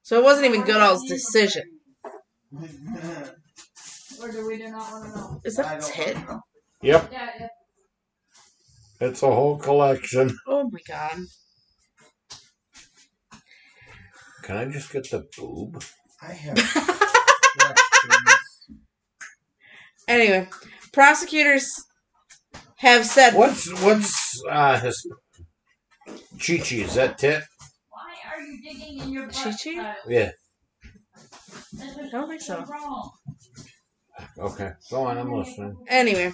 S3: So it wasn't even Goodall's decision.
S5: Or do we do not want to know?
S3: Is
S7: *laughs* I
S3: that
S7: don't
S3: Ted?
S7: know.
S8: Yep,
S5: Yeah, yeah.
S8: it's a whole collection.
S3: Oh my god.
S8: Can I just get the boob?
S7: I have. questions.
S3: Anyway, prosecutors have said
S8: What's what's uh his Chi Chi? Is that tit?
S5: Why are you digging in your butt?
S3: Chi-chi?
S5: Kyle?
S8: Yeah.
S5: That's what's
S3: don't think so.
S5: wrong.
S8: Okay. Go on. I'm listening.
S3: Anyway,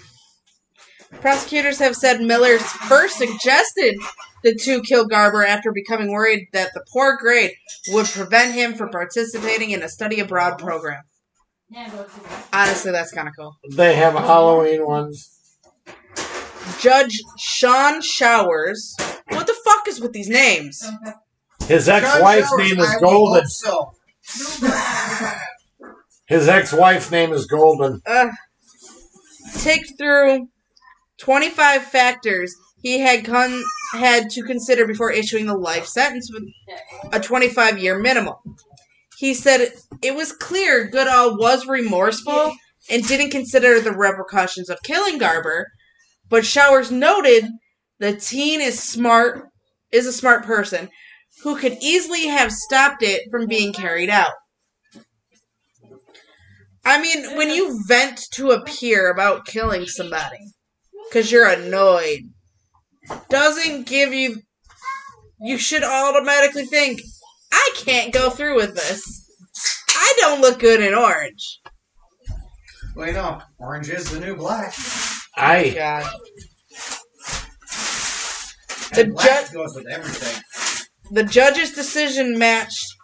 S3: prosecutors have said Miller first suggested the two kill Garber after becoming worried that the poor grade would prevent him from participating in a study abroad program.
S5: Now go to it.
S3: Honestly, that's kind of cool.
S8: They have Halloween ones.
S3: Judge Sean Showers. What the fuck is with these names?
S8: His ex-wife's
S7: John
S8: name
S7: Showers,
S8: is
S7: I would
S8: Golden.
S7: hope So.
S8: His ex-wife's name is Golden.
S3: Ugh. Ticked through 25 factors he had con- had to consider before issuing the life sentence with a 25 year minimum. He said it was clear Goodall was remorseful and didn't consider the repercussions of killing Garber, but Showers noted the teen is smart is a smart person who could easily have stopped it from being carried out. I mean, when you vent to a peer about killing somebody because you're annoyed, doesn't give you. You should automatically think, I can't go through with this. I don't look good in orange.
S7: Wait, no. Orange is the new black.
S8: I
S3: God. The
S7: And black
S3: ju-
S7: goes with everything.
S3: The judge's decision matched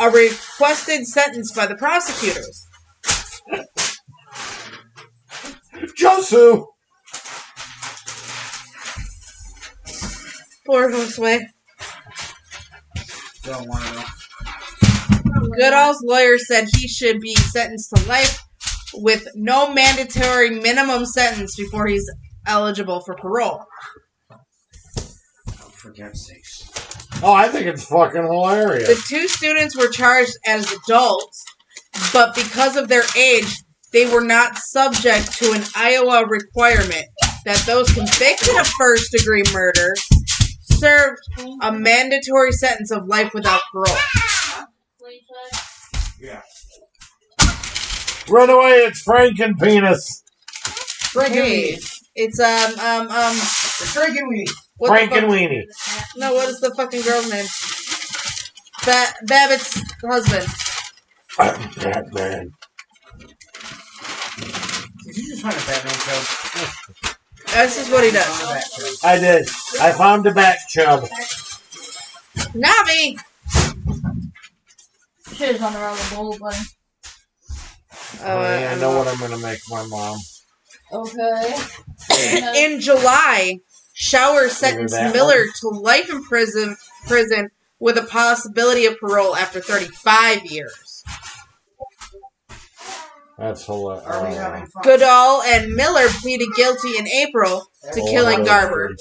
S3: a requested sentence by the prosecutors.
S8: Josu.
S3: Poor Josue.
S7: Don't want to know.
S3: Goodall's lawyer said he should be sentenced to life with no mandatory minimum sentence before he's eligible for parole.
S7: Oh, for God's sakes.
S8: Oh, I think it's fucking hilarious.
S3: The two students were charged as adults, but because of their age, they were not subject to an Iowa requirement that those convicted of first degree murder served a mandatory sentence of life without parole.
S7: Yeah.
S8: Run away! It's Franken penis.
S3: Hey, it's um um um
S7: It's drinking weed.
S3: what the fuck-
S8: Frankenweenie.
S3: No, what is the fucking girl's name? Ba- Babbitt's husband.
S8: I'm Batman.
S7: Did you just find a Batman joke?
S3: This is what he
S7: Found a
S3: does.
S7: Batman joke.
S8: I did. I found a bat chub.
S3: Not me.
S5: Shit is on the round of gold button.
S3: Oh, I-
S8: yeah, I
S3: I'm
S8: know
S3: not-
S8: what I'm gonna make my mom.
S5: Okay.
S3: *laughs* In July, Shower sentenced
S8: that
S3: Miller to life in prison, prison with a possibility of parole after 35 years.
S8: That's hilarious.
S7: Are we having fun?
S3: Goodall and Miller pleaded guilty in April uh, to
S8: Oh,
S3: killing Garber.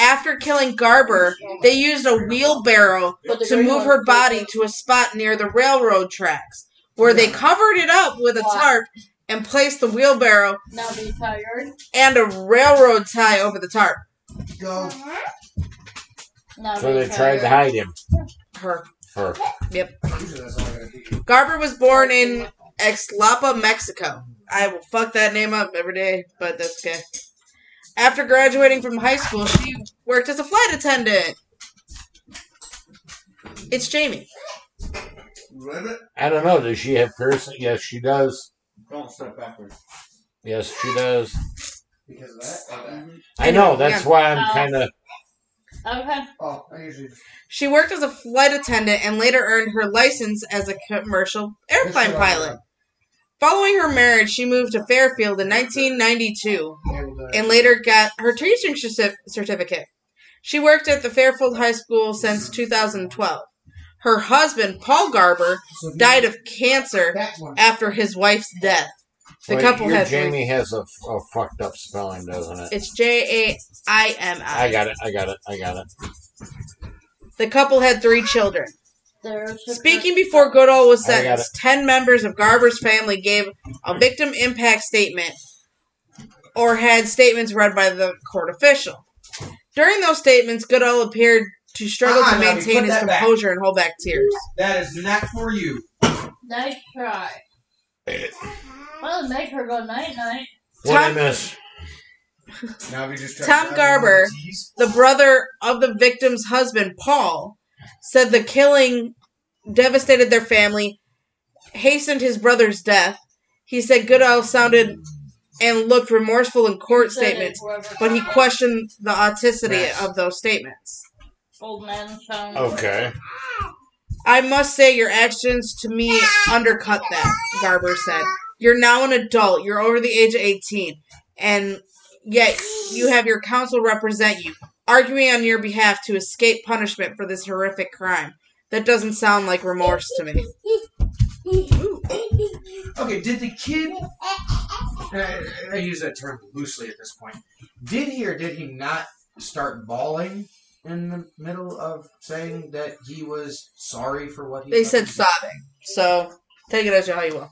S3: After killing Garber, they used a wheelbarrow to move her body to a spot near the railroad tracks, where they covered it up with a tarp and placed the wheelbarrow
S5: Now be tired.
S3: and a railroad tie over the tarp.
S7: Go.
S5: Now
S8: So
S5: be
S8: they tried to
S5: tired.
S8: hide him.
S3: Her.
S8: Her.
S7: Usually that's all I gotta do.
S3: Garber was born in Exlapa, Mexico. I will fuck that name up every day, but that's okay. After graduating from high school, she worked as a flight attendant. It's Jamie.
S7: Ribbit.
S8: I don't know. Does she have piercing? Yes, she does.
S7: Don't step backwards.
S8: Yes, she does.
S7: because of that. Or that.
S3: Mm-hmm.
S8: I know. That's why
S3: Uh,
S8: I'm kind of.
S5: Okay.
S7: Oh, I usually
S3: She worked as a flight attendant and later earned her license as a commercial airplane pilot. Following her marriage, she moved to Fairfield in 1992 and later got her teaching certif- certificate. She worked at the Fairfield High School since 2012. Her husband, Paul Garber, died of cancer
S7: That one.
S3: after his wife's death. The
S8: Wait,
S3: couple
S8: your
S3: had three-
S8: Jamie has a, a fucked up spelling, doesn't it?
S3: It's J A I M
S8: I
S3: I.
S8: got it. I got it. I got it.
S3: The couple had three children.
S5: There's your-
S3: Speaking before Goodall was
S8: I got
S3: sentenced, 10 members of Garber's family gave a victim impact statement or had statements read by the court official. During those statements, Goodall appeared to struggle
S7: Ah,
S3: to
S7: now you
S3: maintain
S7: put
S3: his
S7: that back.
S3: composure and hold back tears.
S7: That is not for you.
S5: Nice try. Well, make her go night night.
S8: What
S3: Tom-
S8: did I miss?
S7: Now if you just try
S3: Tom
S7: to grab
S3: Garber.
S7: one of these-
S3: The brother of the victim's husband, Paul, said the killing devastated their family, hastened his brother's death. He said Goodall sounded and looked remorseful in court
S5: Said it,
S3: statements.
S5: whoever-
S3: but he questioned the authenticity
S8: Yes.
S3: of those statements.
S5: Old man sound.
S8: Okay.
S3: I must say, your actions to me undercut that, Garber said. You're now an adult, you're over the age of 18, and yet you have your counsel represent you, arguing on your behalf to escape punishment for this horrific crime. That doesn't sound like remorse to me.
S7: Okay, did the kid? I, I use that term loosely at this point. Did he or did he not start bawling in the middle of saying that he was sorry for what he?
S3: They said
S7: fucking
S3: sobbing, so take it as you how you will.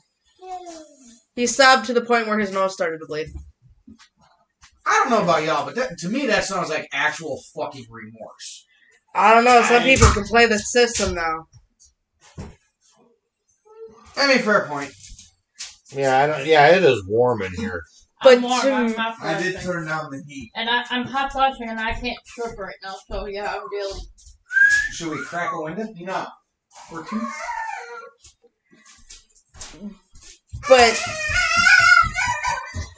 S3: He sobbed to the point where his nose started to bleed.
S7: did? I don't know about y'all, but that, to me that sounds like actual fucking remorse.
S3: I don't know, some people can play the system though.
S7: I mean, fair point.
S8: Yeah, I don't. Yeah, it is warm in here.
S3: But
S5: I'm warm, I'm
S3: to-
S5: hot
S4: I did
S5: flashing.
S4: turn down the heat.
S5: And I, I'm hot flashing and I can't strip right now, so yeah, I'm dealing.
S7: Should we crack a window? You know, we're too.
S3: But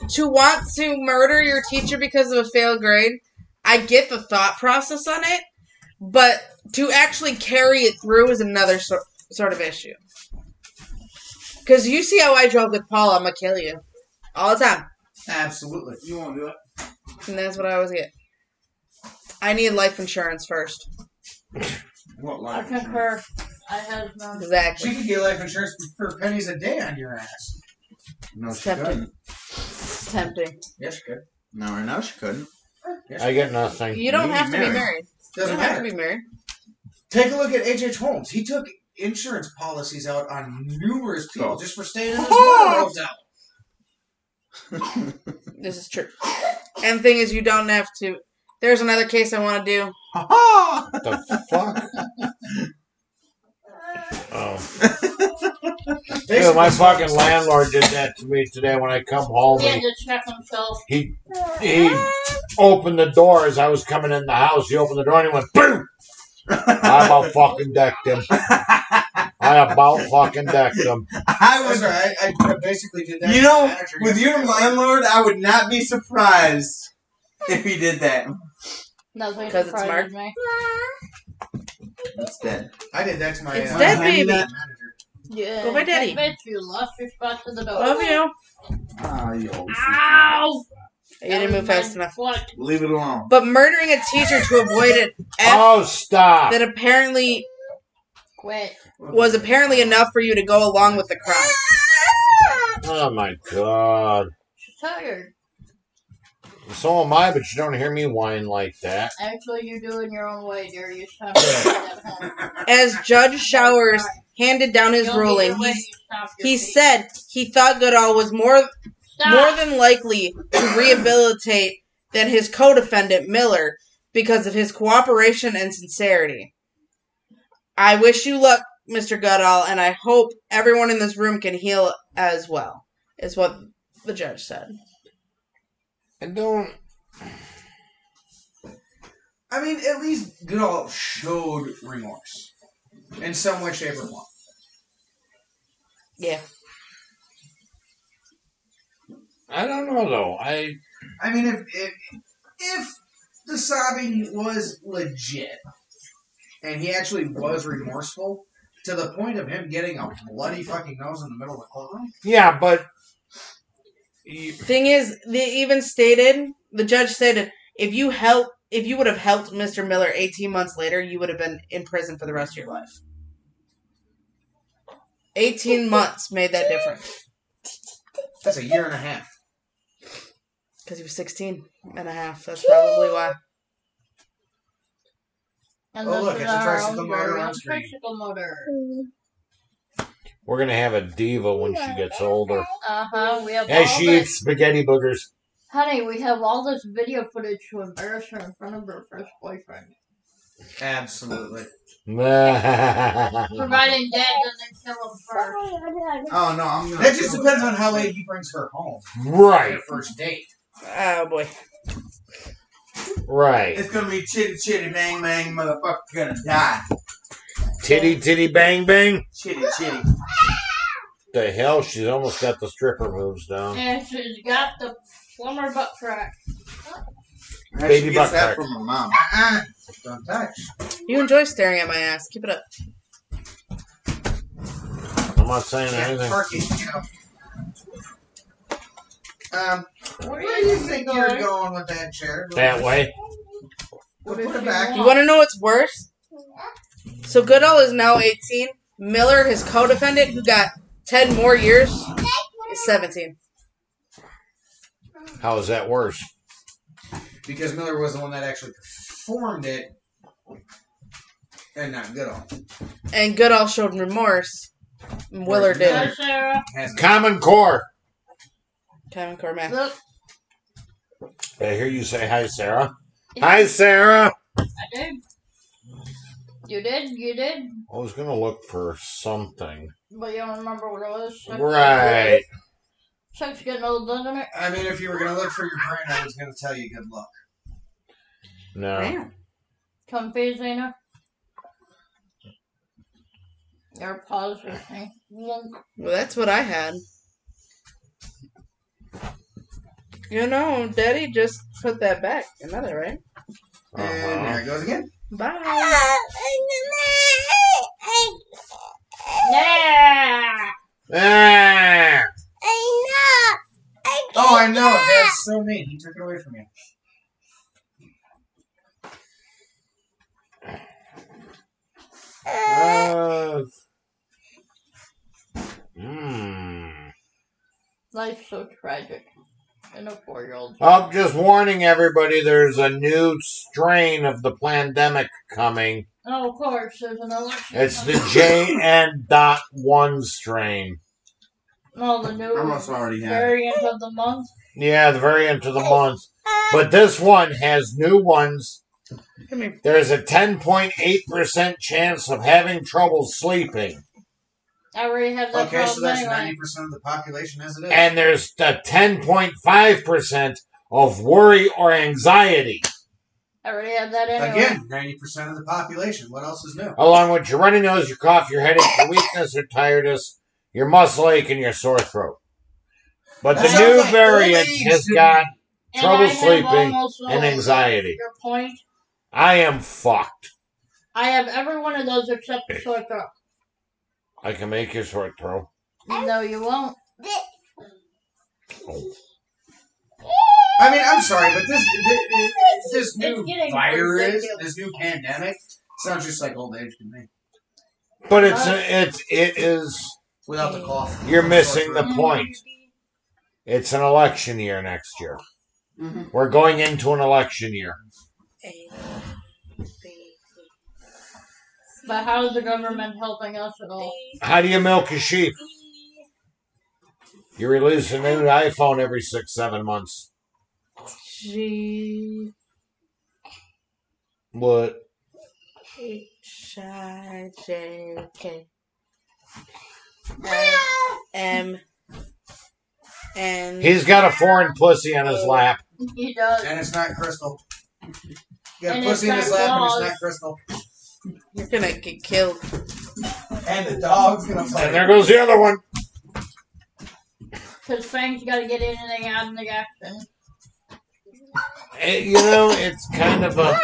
S3: to want to murder your teacher because of a failed grade, I get the thought process on it, but to actually carry it through is another sor- sort of issue. Because you see how I joke with Paul, I'm going to kill you. All the time.
S7: Absolutely.
S4: You won't do it.
S3: And that's what I always get. I need life insurance first.
S7: What
S5: I
S7: life insurance?
S5: concur. I have none.
S3: Exactly.
S7: She could get life insurance for pennies a day on your ass.
S4: No, she
S3: Tempting.
S4: couldn't.
S3: It's tempting.
S7: Yes, she could.
S4: No, I know
S2: *laughs*
S4: she couldn't.
S7: Yes,
S8: I get nothing.
S3: You don't
S4: You
S3: have to
S4: married.
S3: be married. You
S7: Doesn't
S3: don't have
S7: matter.
S3: to be married.
S7: Take a look at H.H. Holmes. He took insurance policies out on numerous people
S4: Oh.
S7: just for staying in his motel.
S3: This is true. And the thing is, you don't have to. There's another case I want to do.
S8: What the
S3: *laughs*
S8: fuck? Oh, dude, my fucking landlord did that to me today when I come home.
S5: He
S8: and
S5: had to check himself.
S8: he he opened the door as I was coming in the house. He opened the door and he went boom. I about fucking decked
S3: *laughs*
S8: him. I about fucking decked him.
S4: I
S7: I'm
S4: was.
S7: sorry, I, I basically did that.
S4: You
S7: to my
S4: know,
S7: manager
S4: with your
S7: yesterday.
S4: landlord, I would not be surprised *laughs* if he did that.
S5: Nothing
S3: 'Cause it's
S5: surprises
S3: Mark.
S5: me.
S4: It's dead.
S7: I did that to my
S3: It's
S7: uh,
S3: dead,
S4: honey,
S3: baby.
S4: that-
S7: manager.
S5: Yeah.
S3: Go by daddy.
S5: I bet you lost your spot to the dog.
S3: Love you.
S4: Ah, you old
S5: Ow!
S3: You didn't move fast enough.
S5: What?
S4: Leave it alone.
S3: But murdering a teacher to avoid an F
S8: Oh stop!
S3: that apparently
S5: Quit.
S3: was apparently enough for you to go along with the crime.
S8: Oh my god.
S5: She's tired.
S8: So am I, but you don't hear me whine like that.
S5: Actually, you're doing your own way, dear. You stop
S7: *coughs*
S5: your
S3: As Judge Showers handed down his ruling, he, he said he thought Goodall was more
S7: Oh,
S5: Ah.
S3: more than likely to rehabilitate than his co-defendant Miller because of his cooperation and sincerity. I wish you luck, Mr. Goodall, and I hope everyone in this room can heal as well, is what the judge said.
S8: I don't.
S7: I mean, at least Goodall showed remorse in some way, shape, or form.
S3: Yeah.
S8: I don't know though. I
S7: I mean, if if, if the sobbing was legit and he actually was remorseful to the point of him getting a bloody fucking nose in the middle of the courtroom,
S8: Yeah, but you-
S3: Thing is, they even stated the judge stated if you help if you would have helped Mr. Miller 18 months later, you would have been in prison for the rest of your life. 18 months made that difference
S7: that's a year and a half.
S3: because he was 16 and a half. That's probably why.
S5: And
S7: Oh,
S5: this
S7: look,
S5: is
S7: it's a
S5: our
S7: tricycle
S5: own
S7: motor
S5: very
S7: on
S5: own
S7: screen.
S5: Tricycle motor.
S8: we're gonna have a diva when she gets older.
S5: Uh huh. We have
S8: As
S5: all
S8: she
S5: this,
S8: eats spaghetti boogers. *laughs*
S5: honey. We have all this video footage to embarrass her in front of her first boyfriend.
S7: Absolutely.
S8: Mhm.
S5: Providing dad doesn't kill him first.
S4: Oh no, I'm gonna.
S7: That just depends on how late he brings her home. on
S8: right,
S7: Their first date.
S3: Oh boy.
S8: right.
S4: It's gonna be chitty chitty bang bang. Motherfucker gonna die.
S8: Titty, titty, bang, bang.
S4: Chitty chitty.
S8: The hell, she's almost got the stripper moves down.
S5: And she's got the plumber butt crack.
S8: Baby
S4: she gets
S8: butt
S4: that
S8: crack.
S4: from her mom.
S7: Uh-uh. Don't touch.
S3: You enjoy staring at my ass. Keep it up.
S8: I'm not saying
S7: Can't
S8: anything.
S7: fucking count. Um,
S5: Where
S7: where do you think you're going with that chair?
S8: That way.
S7: Well, put it back.
S3: You want to know what's worse? So Goodall is now 18. Miller, his co-defendant, who got 10 more years, is 17.
S8: How is that worse?
S7: because Miller was the one that actually performed it, and not good on.
S3: And Goodall showed remorse. and Willer didn't.
S5: Hi, Sarah.
S7: Has
S8: Common core.
S3: Kevin Cormack.
S5: Look,
S8: I hear you say hi, Sarah. Hi, Sarah.
S5: I did. You did, you did,
S8: I was gonna look for something.
S5: but you don't remember what it was. Sucks-
S8: Right.
S5: Sucks getting old, doesn't it?
S7: I mean, if you were gonna look for your brain, I was gonna tell you good luck.
S8: No.
S3: Damn.
S5: Confusing her. Your paws are saying, wonk.
S3: Well, that's what I had. You know, Daddy just put that back. Another, right?
S7: And there
S8: Uh-huh.
S7: it goes again.
S3: Bye.
S5: Nah!
S8: Ah!
S7: Oh, I know. That's so mean. He took it away from you.
S8: Uh, mm.
S5: Life's so tragic in a four year old.
S8: I'm Oh, just warning everybody there's a new strain of the pandemic coming.
S5: Oh, of course, there's an election.
S8: It's the
S5: coming.
S8: JN.1 strain.
S5: No, the new
S4: Almost already had. it.
S5: variant of the month.
S8: Yeah, the variant of the month. But this one has new ones.
S3: Come here.
S8: There's a 10.8% chance of having trouble sleeping.
S5: I already have that
S7: Okay, so
S5: problem
S7: that's
S5: anyway.
S7: ninety percent of the population as it is.
S8: And there's a 10.5% of worry or anxiety.
S5: I already have that anyway.
S7: Again, ninety percent of the population. What else is new?
S8: along with your runny nose, your cough, your headache, your weakness or tiredness, your muscle ache, and your sore throat. But
S7: That
S8: the
S7: sounds
S8: new
S7: like
S8: variant
S7: old age
S8: has
S7: to
S8: got
S5: And
S8: trouble
S5: I have
S8: sleeping
S5: almost all
S8: an anxiety.
S5: Your point.
S8: I am fucked.
S5: I have every one of those except the sore throat.
S8: I can make your sore throat.
S5: No, you won't.
S7: I mean, I'm sorry, but this this, this new
S5: It's getting
S7: virus,
S5: ridiculous.
S7: this new pandemic, sounds just like old age to me.
S8: But it's it's it is
S7: Without the cough,
S8: you're missing the
S7: Sore
S8: point. It's an election year next year.
S4: Mhm.
S8: We're going into an election year.
S5: But how is the government helping us at all?
S8: How do you milk a sheep? You release a new iPhone every six, seven months.
S3: G
S8: What?
S3: H I J K M N.
S8: He's got a foreign pussy on his lap.
S5: He does.
S7: and it's not crystal. You got
S5: And
S7: pussy in
S5: it's
S7: his
S5: got
S7: lap, and it's
S5: claws.
S7: not crystal.
S3: You're gonna get killed.
S7: And the dog's gonna
S8: And there goes the other one.
S5: Because Fang's got to get anything out in the action.
S8: It- Eh, you know, it's kind of a.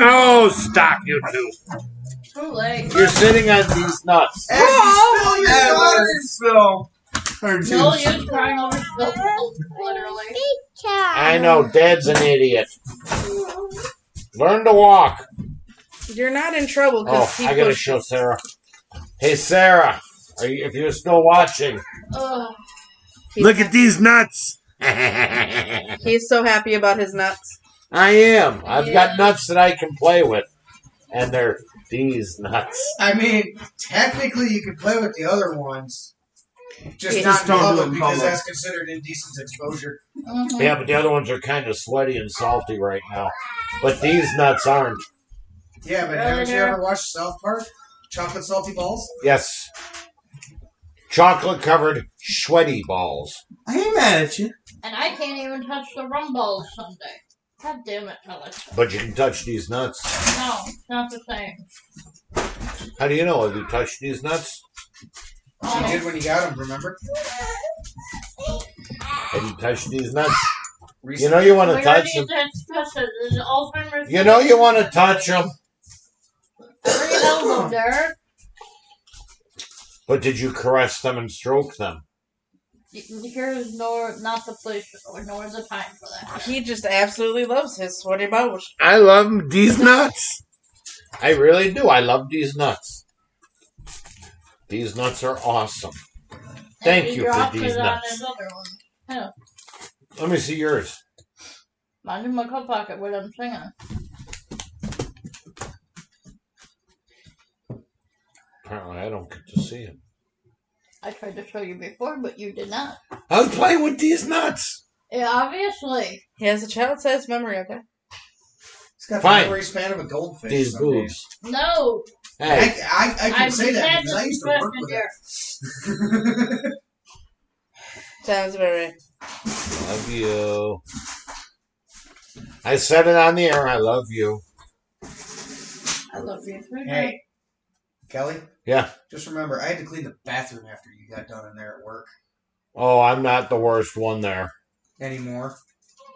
S8: Oh, stop, you two.
S5: Too late.
S8: You're sitting on these nuts.
S7: Abby, spill your
S4: Yeah, let her
S7: water.
S4: spill her juice.
S5: No use crying over spilled milk, literally.
S8: I know, Dad's an idiot. Learn to walk.
S3: You're not in trouble
S8: Oh,
S3: because
S8: I
S3: he
S8: gotta
S3: pushed.
S8: show Sarah. Hey, Sarah, are you, if you're still watching, *laughs*
S5: Ugh.
S3: He's,
S8: look at these nuts. I
S3: He's so happy about his nuts.
S8: am. I've
S5: Yeah.
S8: got nuts that I can play with, and they're these nuts.
S7: I mean, technically, you could play with the other ones, just
S3: Yeah.
S7: not
S4: Just
S7: in
S4: don't do it in
S7: public because
S4: public.
S7: that's considered indecent exposure.
S5: Mhm.
S8: Yeah, but the other ones are kind of sweaty and salty right now. But these nuts aren't.
S7: Yeah, but
S5: Right
S7: haven't you
S5: there.
S7: ever watched South Park? Chocolate salty balls.
S8: Yes. Chocolate covered sweaty balls.
S4: I ain't mad at you.
S5: And I can't even touch the rum balls someday. God damn it, Alex.
S8: But you can touch these nuts.
S5: No, not the same.
S8: How do you know? Have you touched these nuts?
S7: You
S5: Oh,
S7: did when you got them, remember?
S8: Have you touched these nuts? You
S7: Recently.
S8: know you want
S5: we
S8: to
S5: already
S8: touch them.
S5: discussed it. There's Alzheimer's.
S8: You know you want to touch them.
S5: Every elbow, Derek.
S8: But did you caress them and stroke them?
S5: Here is nor not the place or nor the time for that.
S3: He just absolutely loves his sweaty balls.
S8: I love these nuts. I really do. I love these nuts. These nuts are awesome. Thank
S5: And he
S8: you for
S5: dropped
S8: these
S5: it on
S8: nuts.
S5: his other one.
S8: Let me see yours.
S5: Mine's in my coat pocket when I'm singing.
S8: Apparently, I don't get to see them.
S5: I tried to show you before, but you did not.
S8: I was playing with these nuts.
S5: Yeah, obviously.
S3: He has a child-sized memory. Okay.
S7: It's got
S8: Fine.
S7: the memory span of a goldfish.
S8: These
S7: some days.
S8: boobs.
S5: No.
S8: Hey,
S7: I, I, I can
S5: I'm
S7: say that
S5: glad
S7: because
S5: that
S7: I
S5: you
S7: used to work
S5: questioned
S7: with
S5: Derek.
S7: it.
S3: Sounds about right.
S8: love you. I said it on the air. I love you.
S5: I love you.
S7: *laughs* hey, Kelly.
S8: Yeah.
S7: Just remember, I had to clean the bathroom after you got done in there at work
S8: Oh, I'm not the worst one there.
S7: anymore.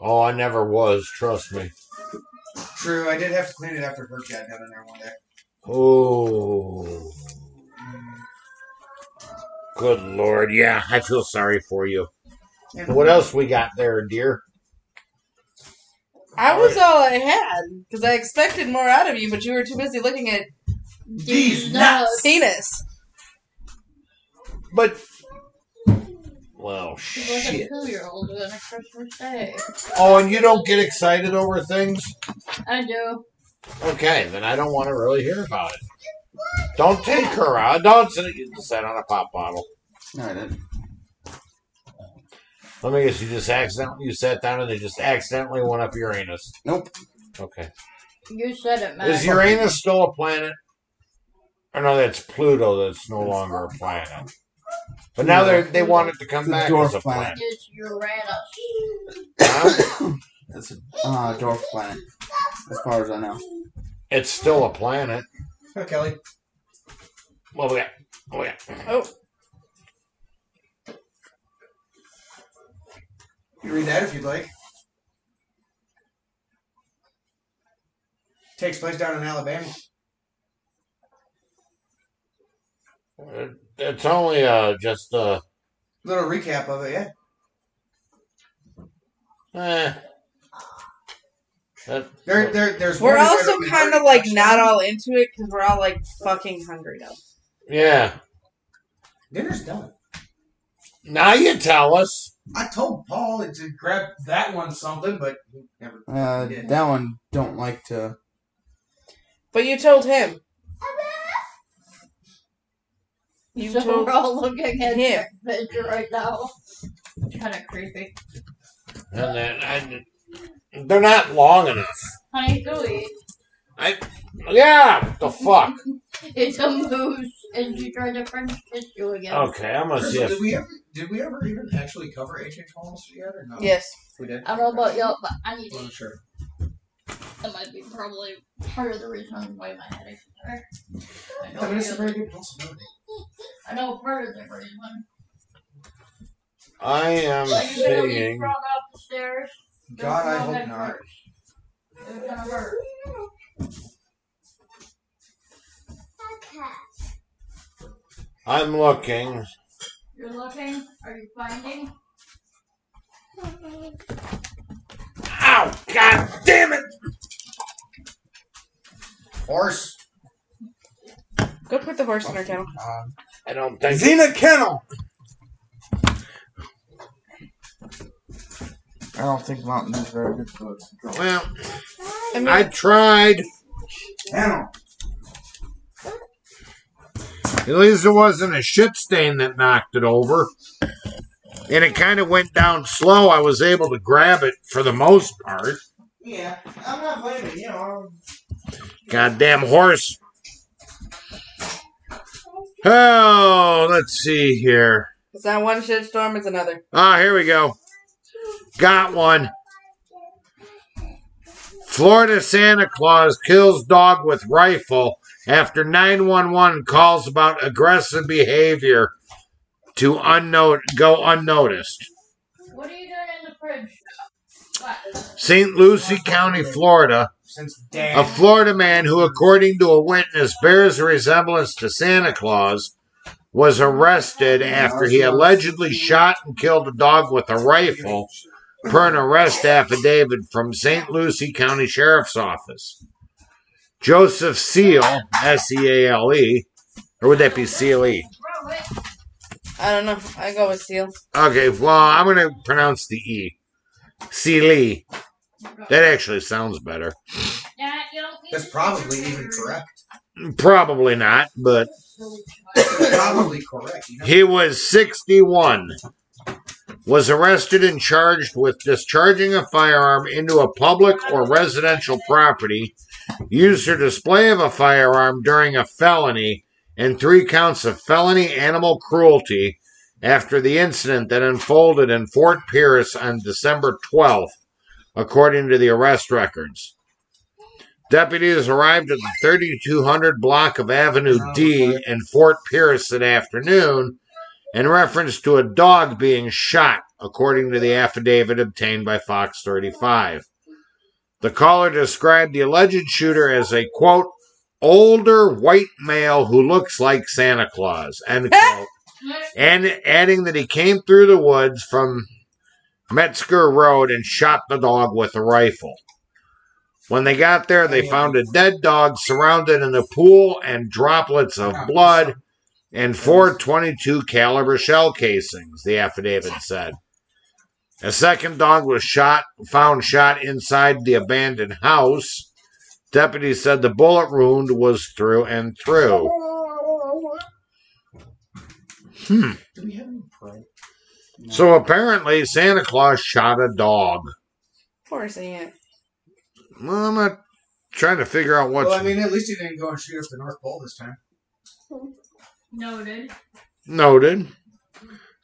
S8: Oh, I never was. Trust me.
S7: True, I did have to clean it after her got done in there one day.
S8: Oh. Good lord. Yeah, I feel sorry for you.
S7: And
S8: What else we got there, dear? Oh,
S3: I was all I had because I expected more out of you, but you were too busy looking at
S4: These
S5: No.
S4: nuts.
S3: penis.
S8: But. Well,
S5: She was a
S8: shit.
S5: two-year-old on a Christmas day.
S8: Oh, and you don't get excited over things?
S5: I do.
S8: Okay, then I don't want to really hear about it. Don't take her out. Don't sit, you just sat on a pop bottle.
S4: No, I didn't.
S8: Let me guess, you just accidentally, you sat down and they just accidentally went up Uranus.
S4: Nope.
S8: Okay.
S5: You said it, man.
S8: Is Uranus still a planet? Or no, that's Pluto that's no longer a planet. But now they they want it to come
S4: It's a
S8: back
S4: dwarf
S8: as a planet.
S5: It's Uranus.
S8: Huh?
S4: That's a uh, dwarf planet, as far as I know.
S8: It's still a planet.
S7: Oh, Kelly.
S8: Well, we got, oh yeah.
S3: Oh,
S7: You read that if you'd like. Takes place down in Alabama.
S8: It- It's only uh just uh
S7: Little recap of it, yeah.
S8: eh. That-
S7: There, there, there's.
S3: we're
S7: one guy
S3: also
S7: that we
S3: kind of
S7: already
S3: like
S7: touched
S3: not
S7: on.
S3: all into it because we're all like fucking hungry now.
S8: yeah.
S7: Dinner's done.
S8: Now you tell us.
S7: I told Paul to grab that one something, but he never.
S4: Uh,
S7: Yeah.
S4: that one don't like to.
S3: But you told him. You
S5: so
S3: told
S5: we're all looking at
S3: him.
S5: the picture right now. Kind of creepy.
S8: And then I, they're not long enough.
S5: Honey, go eat.
S8: Yeah, what the fuck.
S5: It's a moose, and she tried to French kiss you again.
S8: Okay, I'm gonna see
S7: Did
S8: if
S7: we ever? Did we ever even actually cover H.H. Holmes yet, or no?
S3: yes.
S7: we did.
S5: I don't know about y'all, but I need to
S7: Wasn't sure.
S5: That might be probably part of the reason why my headache is there. I
S7: I mean,
S5: know,
S7: it's a
S5: the
S7: very
S5: other,
S7: good possibility.
S5: I know part of the reason.
S8: I
S5: Are
S8: am
S5: you gonna leave
S8: seeing.
S5: Frog off the stairs?
S7: God, I
S5: Frog
S7: hope
S5: head
S7: not.
S5: first. It's gonna hurt.
S8: I'm looking.
S5: You're looking. Are you finding?
S8: Ow! God damn it!
S7: Horse.
S3: Go put the horse in her kennel.
S4: uh,
S8: I don't think.
S4: Xena Kennel. I don't think Mountain is very good food.
S8: Well,
S3: I mean,
S8: I tried.
S7: Kennel.
S8: At least it wasn't a shit stain that knocked it over. And it kind of went down slow. I was able to grab it for the most part.
S7: Yeah, I'm not blaming you. I'm-
S8: Goddamn horse. Oh, let's see here.
S3: it's not one shit storm, it's another.
S8: Ah, here we go. Got one. Florida Santa Claus kills dog with rifle after 911 calls about aggressive behavior to unknown go unnoticed.
S5: What are you doing in the fridge? What?
S8: St. Lucie County, Florida,
S7: Since Dan.
S8: a Florida man who, according to a witness, bears a resemblance to Santa Claus, was arrested after he allegedly shot and killed a dog with a rifle, per an arrest affidavit from St. Lucie County Sheriff's Office. Joseph Seal, S E A L E, or would that be C L E?
S5: Throw it.
S3: I don't know. I go with seal.
S8: Okay, well, I'm going to pronounce the E. Sealy. That actually sounds better.
S5: Nah, you don't need
S7: That's
S5: to
S7: probably
S5: take your
S7: even
S5: finger.
S7: correct.
S8: Probably not, but
S7: probably correct. You know?
S8: He was 61. Was arrested and charged with discharging a firearm into a public or residential property, use or display of a firearm during a felony, and three counts of felony animal cruelty after the incident that unfolded in Fort Pierce on December 12th, according to the arrest records. Deputies arrived at the 3200 block of Avenue D in Fort Pierce that afternoon in reference to a dog being shot, according to the affidavit obtained by Fox 35. The caller described the alleged shooter as a quote, older white male who looks like Santa Claus, end quote, and adding that he came through the woods from Metzger Road and shot the dog with a rifle. When they got there, they found a dead dog surrounded in a pool and droplets of blood and four 22 caliber shell casings, the affidavit said. A second dog was shot found shot inside the abandoned house. Deputies said the bullet wound was through and through.
S7: Do we have any prey?
S8: So apparently Santa Claus shot a dog.
S3: Of course I am.
S8: Well, I'm not trying to figure out what's
S7: Well, I mean, at least he didn't go and shoot us the North Pole this time.
S5: Noted.
S8: Noted.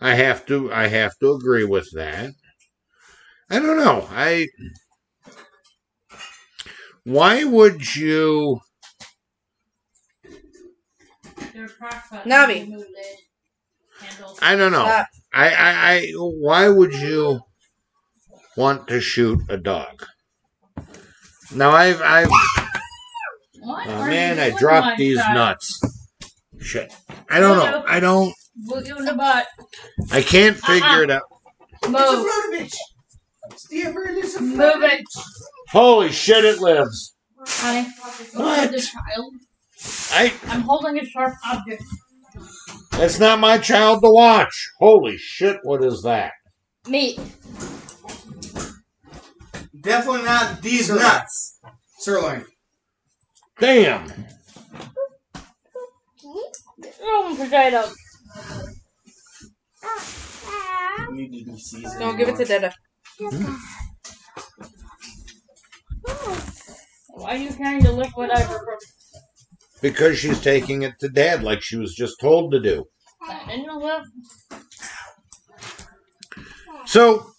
S8: I have to I have to agree with that. I don't know. I why would you
S5: They're crockpot.
S3: Navi.
S5: Move lid. Handle.
S8: I don't know.
S3: Stop.
S8: I, I I why would you want to shoot a dog? Now I've I've
S5: What
S8: oh
S5: are you
S8: man, I
S5: doing, my
S8: dropped these
S5: son?
S8: nuts. Shit. I don't know. I don't
S5: Boot you in the butt.
S8: I can't
S7: Uh-uh.
S8: figure it out.
S7: Oh.
S5: Move.
S7: It's a rotovich. It's the emergency.
S5: Move it,
S8: Holy shit it lives.
S5: honey.
S8: What?
S5: The child.
S8: I
S5: I'm holding a sharp object.
S8: that's not my child to watch. Holy shit, what is that?
S5: Meat.
S4: Definitely not these
S7: Sirloin.
S4: nuts.
S7: Sirloin.
S8: Damn.
S5: Oh, potato.
S4: Need to be seasoned.
S3: No, give it to Dada.
S5: Why are you carrying the liquid ibuprofen?
S8: because she's taking it to dad like she was just told to do.
S5: I didn't know that.
S8: So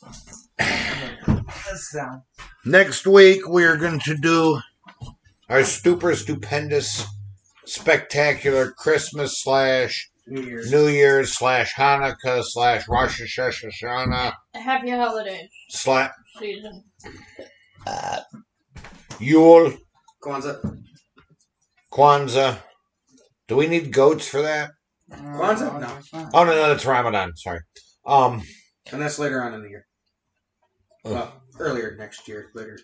S4: this down.
S8: next week we are going to do our super stupendous, spectacular Christmas slash
S7: New Year's.
S8: New Year's slash Hanukkah slash Rosh Hashanah
S5: Happy holiday
S8: slash
S5: season.
S8: Yule
S7: Kwanzaa.
S8: Kwanzaa. Do we need goats for that?
S7: Kwanzaa? No.
S8: Oh no, no, that's Ramadan. Sorry. Um,
S7: And that's later on in the year.
S8: Ugh.
S7: Well, earlier next year. Later.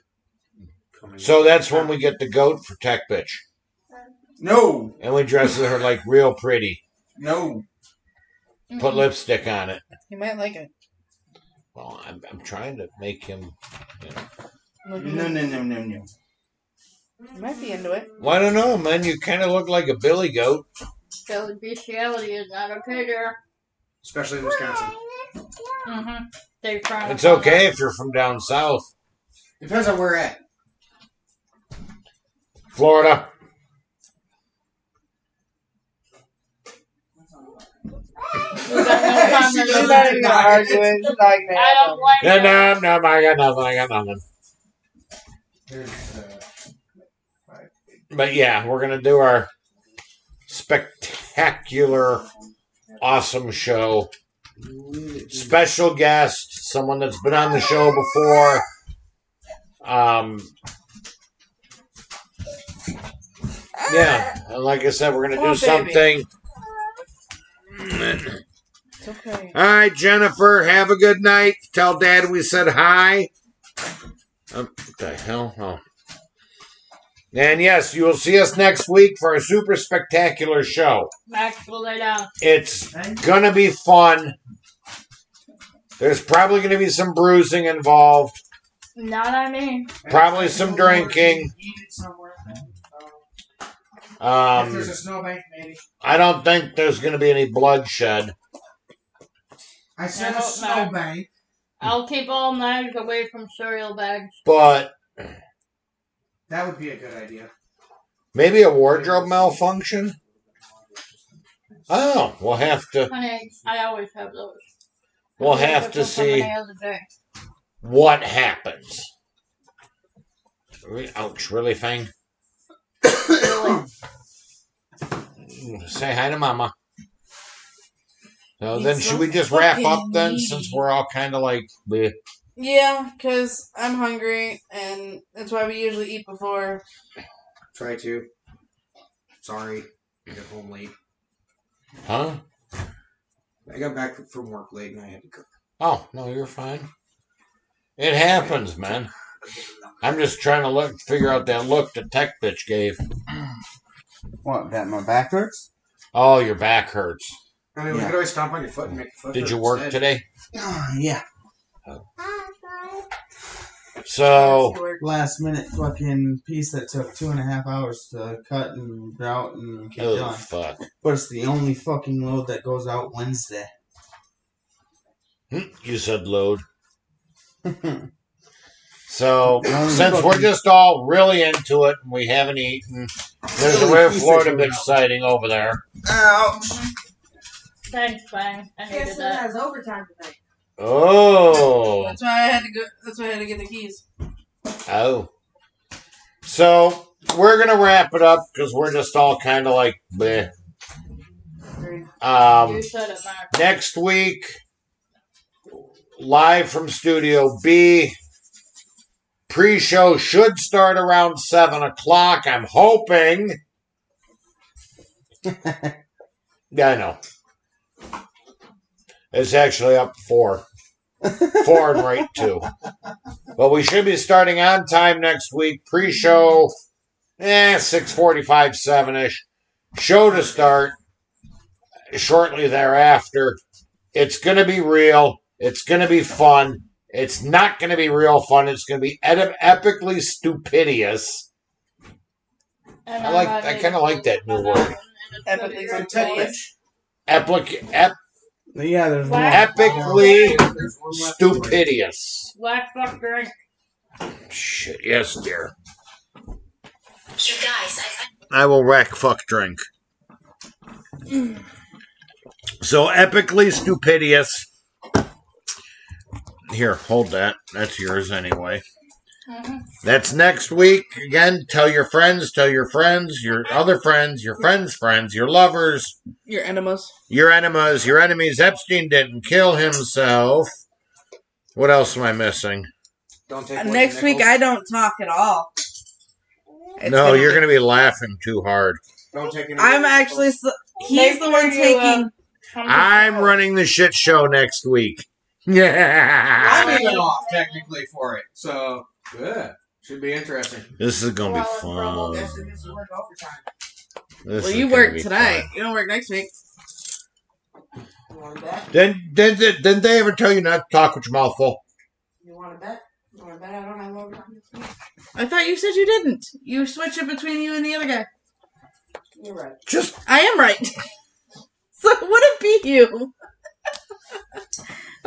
S7: Coming
S8: so that's when we get the goat for Tech Bitch,
S4: No.
S8: and we dress her like real pretty,
S4: No.
S8: put lipstick on it.
S3: You might like it.
S8: Well, I'm, I'm trying to make him.
S4: No, no, no, no, no.
S3: You might be into
S8: *laughs*
S3: it.
S8: Well, I don't know, man. You kind of look like a billy goat.
S5: So bestiality is not okay there.
S7: Especially in Wisconsin.
S5: Mm-hmm. They frown
S8: It's
S5: upon *laughs*
S8: okay if you're from down south,
S7: Depends on where at.
S8: Florida.
S5: that.
S7: She
S3: She's
S7: doesn't
S3: not even gonna
S7: deny it.
S3: argue it. She's like, nah,
S5: I don't like
S8: No,
S5: that.
S8: no, no. I got nothing. I got nothing.
S7: There's, uh,
S8: But yeah, we're gonna do our spectacular, awesome show. special guest, someone that's been on the show before. Um, yeah, and like I said, we're gonna
S3: Oh,
S8: do
S3: baby.
S8: something.
S3: It's okay.
S8: All right, Jennifer, have a good night. Tell Dad we said hi. Um, what the hell? Oh. And yes, you will see us next week for a super spectacular show.
S5: Max will lay down.
S8: It's
S7: hey,
S8: gonna be fun. There's probably gonna be some bruising involved.
S5: Not I mean.
S8: Probably some drinking.
S7: Eat it somewhere. Uh, if
S8: Um,
S7: there's a snowbank, maybe.
S8: I don't think there's going to be any bloodshed.
S7: I said
S5: I
S7: a
S5: hope not.
S7: snowbank.
S5: I'll keep all knives away from cereal bags.
S8: But
S7: That would be a good idea.
S8: maybe a wardrobe malfunction? Oh, we'll have to
S5: Honey, I always have those.
S8: we'll
S5: I
S8: have
S5: took
S8: to
S5: them from an
S8: see
S5: ale today.
S8: what happens. Re- Ouch, really thing.
S5: Really.
S8: *coughs* Say hi to mama. So
S3: He's
S8: then
S3: so
S8: should we just wrap up
S3: fucking
S8: then
S3: needy.
S8: since we're all kind of like bleh.
S3: Yeah, because I'm hungry, and that's why we usually eat before.
S7: Try to. Sorry. I got home late.
S8: huh?
S7: I got back from work late and I had to cook.
S8: Oh, no, you're fine. It happens, man. I'm just trying to look figure out that look the tech bitch gave.
S4: What, that my back hurts?
S8: Oh, your back hurts.
S7: I mean, we
S4: Yeah.
S7: could always stomp on your foot and make your foot.
S8: Did
S7: hurt
S8: you work
S7: instead.
S8: today?
S4: Ah, yeah.
S8: So,
S4: Last minute fucking piece that took two and a half hours to cut and route and get
S8: oh,
S4: done.
S8: fuck.
S4: But it's the only fucking load that goes out Wednesday.
S8: Hmm, You said load.
S4: Since
S8: So, since we're just all really into it and we haven't eaten, there's a rare Florida bitch sighting over there.
S4: Ouch.
S5: Thanks, Bang. I needed
S2: Kirsten
S5: that.
S2: has overtime tonight.
S8: Oh.
S3: That's why I had to go. That's why I had to get the keys.
S8: Oh. So, we're going to wrap it up because we're just all kind of like, bleh. Um,
S5: You said it, Max.
S8: next week, live from Studio B. Pre show should start around 7 o'clock. I'm hoping. yeah, I know. It's actually up four. four and right two. But we should be starting on time next week. Pre show, eh, 645, 7 ish. Show to start shortly thereafter. It's going to be real. It's going to be fun. It's not going to be real fun. It's going to be ed- epically stupidious.
S5: And
S8: I
S5: I'm
S8: like-
S5: not
S8: I
S5: eating
S8: kinda like that new
S5: another
S8: word.
S5: one, and
S3: Epically
S5: it's gonna be
S7: Tech
S3: Tech
S5: great.
S3: bitch.
S8: Epic, ep-
S4: Yeah, there's one.
S5: Wow.
S8: epically
S7: There's one left over.
S8: stupidious.
S5: Black fuck drink.
S8: Shit, yes, dear.
S9: You guys, I,
S8: I will rack fuck drink. So epically stupidious. Here, hold that. That's yours anyway.
S5: Mm-hmm.
S8: That's next week. Again, tell your friends, tell your friends, your other friends, your friends' friends, your lovers,
S3: Your enemas.
S8: your enemas, your enemies. Epstein didn't kill himself. What else am I missing?
S7: Don't take
S3: Uh,
S7: William
S3: Next week,
S7: Nichols.
S3: I don't talk at all. It's
S8: no,
S3: gonna
S8: you're
S3: be-
S8: going to be laughing too hard.
S7: Don't take any
S3: I'm
S7: William
S3: actually.
S7: Nichols.
S3: s he's the one
S2: Next year, uh,
S3: taking.
S8: I'm
S5: Uh,
S8: running the shit show next week. *laughs* Yeah.
S7: I'm even off technically for it. So good. Should be interesting.
S8: This is going to be fun.
S7: This is work overtime.
S8: This
S3: Well,
S8: is
S3: you
S8: gonna
S3: work
S8: be
S3: tonight.
S8: fun.
S3: You don't work next week.
S2: You want to bet?
S8: Didn't, didn't, didn't they ever tell you not to talk with your mouth full?
S2: You want to bet? You want to bet I don't have overtime this week?
S3: I thought you said you didn't. You switch it between you and the other guy.
S2: You're right.
S8: Just
S3: I am right. *laughs* so it wouldn't be you. *laughs* I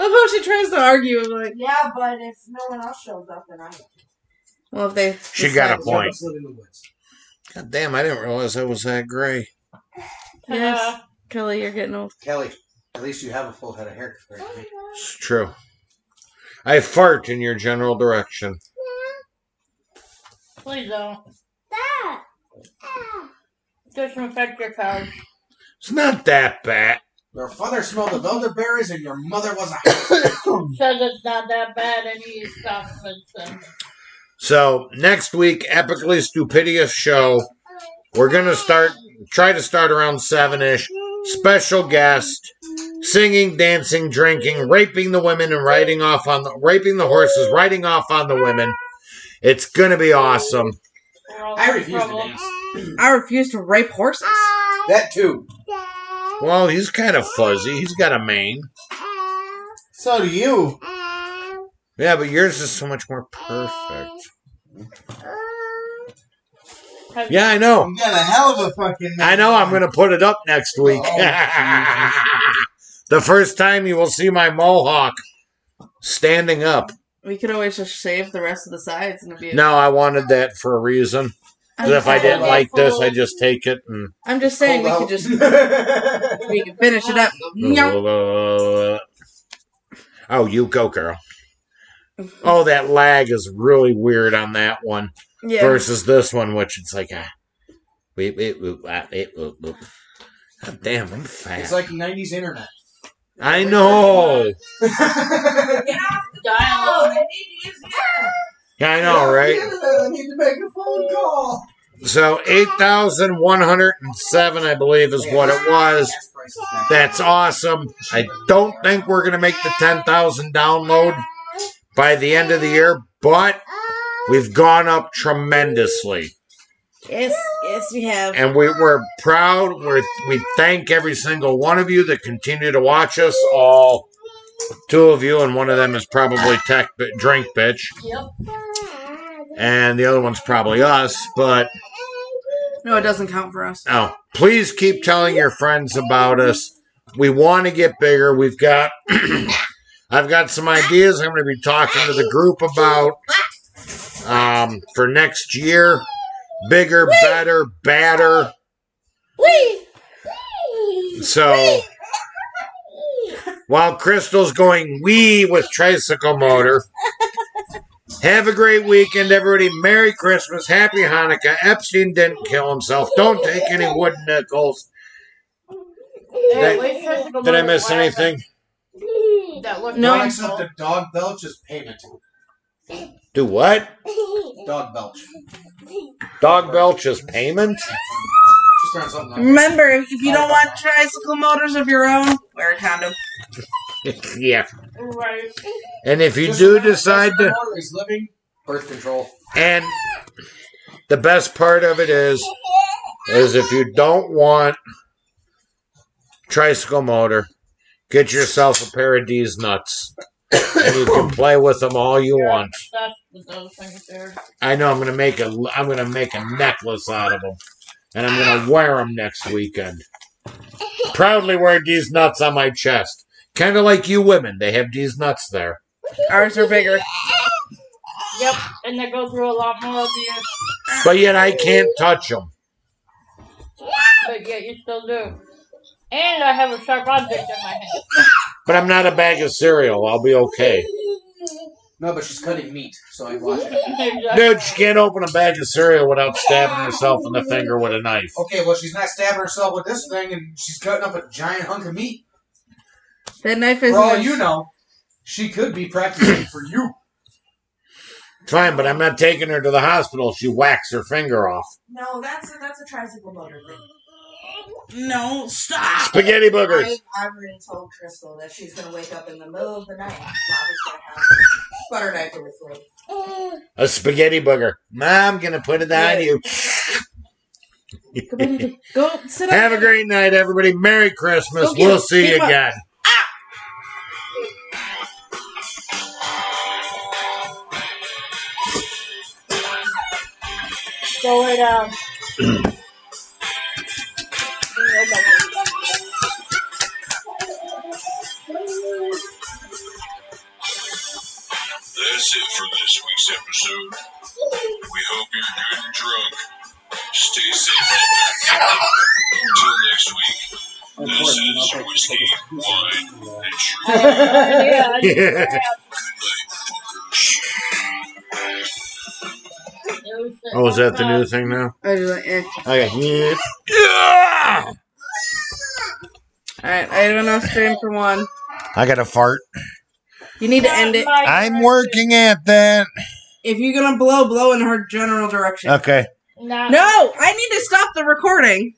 S3: love how she tries to argue. I'm like,
S2: Yeah, but if no one else shows up, then I
S3: well, if they.
S8: She got a
S3: decide-
S8: point.
S7: Live in the woods.
S8: God damn, I didn't realize I was that gray.
S3: Yes, Kelly, you're getting old.
S7: Kelly, at least you have a full head of hair. compared to me.
S8: It's true. I fart in your general direction.
S1: Please don't. Disinfect your couch.
S8: It's not that bad.
S7: Your father smelled of elderberries and your mother was a. *laughs*
S1: Says it's not that bad and he stops and
S8: So next week, epically stupidious show. We're gonna start try to start around seven ish. Special guest, singing, dancing, drinking, raping the women and riding off on the raping the horses, riding off on the women. It's gonna be awesome.
S7: I refuse to dance.
S3: I refuse to rape horses.
S7: That too. *laughs*
S8: Well, he's kind of fuzzy. He's got a mane.
S4: So do you.
S8: Yeah, but yours is so much more perfect. Yeah, I know.
S4: You got a hell of a fucking.
S8: I know I'm going to put it up next week. *laughs*
S4: Oh, Jesus.
S8: the first time you will see my mohawk standing up.
S3: We could always just shave the rest of the sides and it'd be.
S8: No, I wanted that for a reason. 'Cause if I didn't like this, I just take it and
S3: I'm just saying we could just we could finish
S8: *laughs*
S3: it up.
S8: Oh, you go, girl. Oh, that lag is really weird on that one
S3: Yeah.
S8: versus this one, which it's like ah, wait, wait, wait, ah, wait, wait, wait. God damn, I'm fat.
S7: It's like 90s internet.
S8: I know.
S5: Dialogue.
S8: I know, right?
S7: I need to make a phone call.
S8: So 8,107, I believe, is what it was.
S7: Gas prices back.
S8: That's awesome. I don't think we're going to make the 10,000 download by the end of the year, but we've gone up tremendously.
S3: Yes, yes, we have.
S8: And we, we're proud. We're, we thank every single one of you that continue to watch us, all two of you, and one of them is probably Tech Bi- Drink Bitch,
S5: Yep.
S8: and the other one's probably us, but
S3: No, it doesn't count for us.
S8: Oh, please keep telling your friends about us. We want to get bigger. We've got, *clears throat* I've got some ideas. I'm going to be talking to the group about um, for next year. Bigger, better, badder. So while Crystal's going wee with tricycle motor, have a great weekend, everybody. Merry Christmas. Happy Hanukkah. Epstein didn't kill himself. Don't take any wood nickels.
S5: Hey,
S8: Did I-
S5: wait, first of all,
S8: Did I miss anything?
S5: That looked
S3: No.
S7: Don't
S5: like-
S7: accept a dog belch as payment.
S8: Do what?
S7: Dog belch. Just
S8: Dog belch is payment? *laughs*
S7: throwing something out there.
S3: Remember, if you don't want tricycle motors of your own, wear a condom.
S8: yeah.
S5: Right.
S8: And if you
S7: Just
S8: do
S7: remember,
S8: decide to,
S7: Water is living. Birth control.
S8: and the best part of it is, is if you don't want tricycle motor, get yourself a pair of these nuts. and you can play with them all you
S5: You're
S8: want.
S5: obsessed with those things there.
S8: I know I'm gonna make a I'm gonna make a necklace out of them, and I'm gonna wear them next weekend. Proudly wear these nuts on my chest, kind of like you women. They have these nuts there.
S3: Ours are bigger.
S5: Yep, and they go through a lot more abuse,
S8: but yet I can't touch them.
S5: but yet you still do. And I have a sharp object in my hand. *laughs*
S8: But I'm not a bag of cereal. I'll be okay.
S7: No, but she's cutting meat, so I watch it.
S8: Dude, she can't open a bag of cereal without stabbing herself in the finger with a knife.
S7: Okay, well, she's not stabbing herself with this thing, and she's cutting up a giant hunk of meat.
S3: That knife is.
S7: For all you know, she could be practicing for you.
S8: Trying, but I'm not taking her to the hospital. She whacks her finger off.
S1: No, that's a, that's a tricycle motor thing.
S2: No, stop!
S8: Spaghetti boogers.
S2: I, I already told Crystal that she's gonna wake up in the middle of the night. Bobby's gonna have butter knife to her throat.
S8: A spaghetti booger. Mom, gonna put it on you.
S3: Go, go sit up.
S8: Have a great night, everybody. Merry Christmas.
S3: Go get
S8: We'll
S3: him.
S8: see
S3: Get
S8: you
S3: him up.
S8: again.
S2: So it um.
S8: *laughs*
S1: That's it for this week's episode. We hope you're good and drunk. Stay safe out there. Until next week, this is Whiskey, Wine, and Truth.
S5: Yeah,
S8: *laughs* oh, is that the new thing now?
S3: I was like, eh.
S8: Okay. Yeah. Yeah!
S3: All right, I have enough time for one.
S8: I got a fart.
S3: You need to end it.
S8: I'm working at that.
S3: If you're gonna blow, blow in her general direction.
S8: Okay.
S5: No.
S3: No, I need to stop the recording.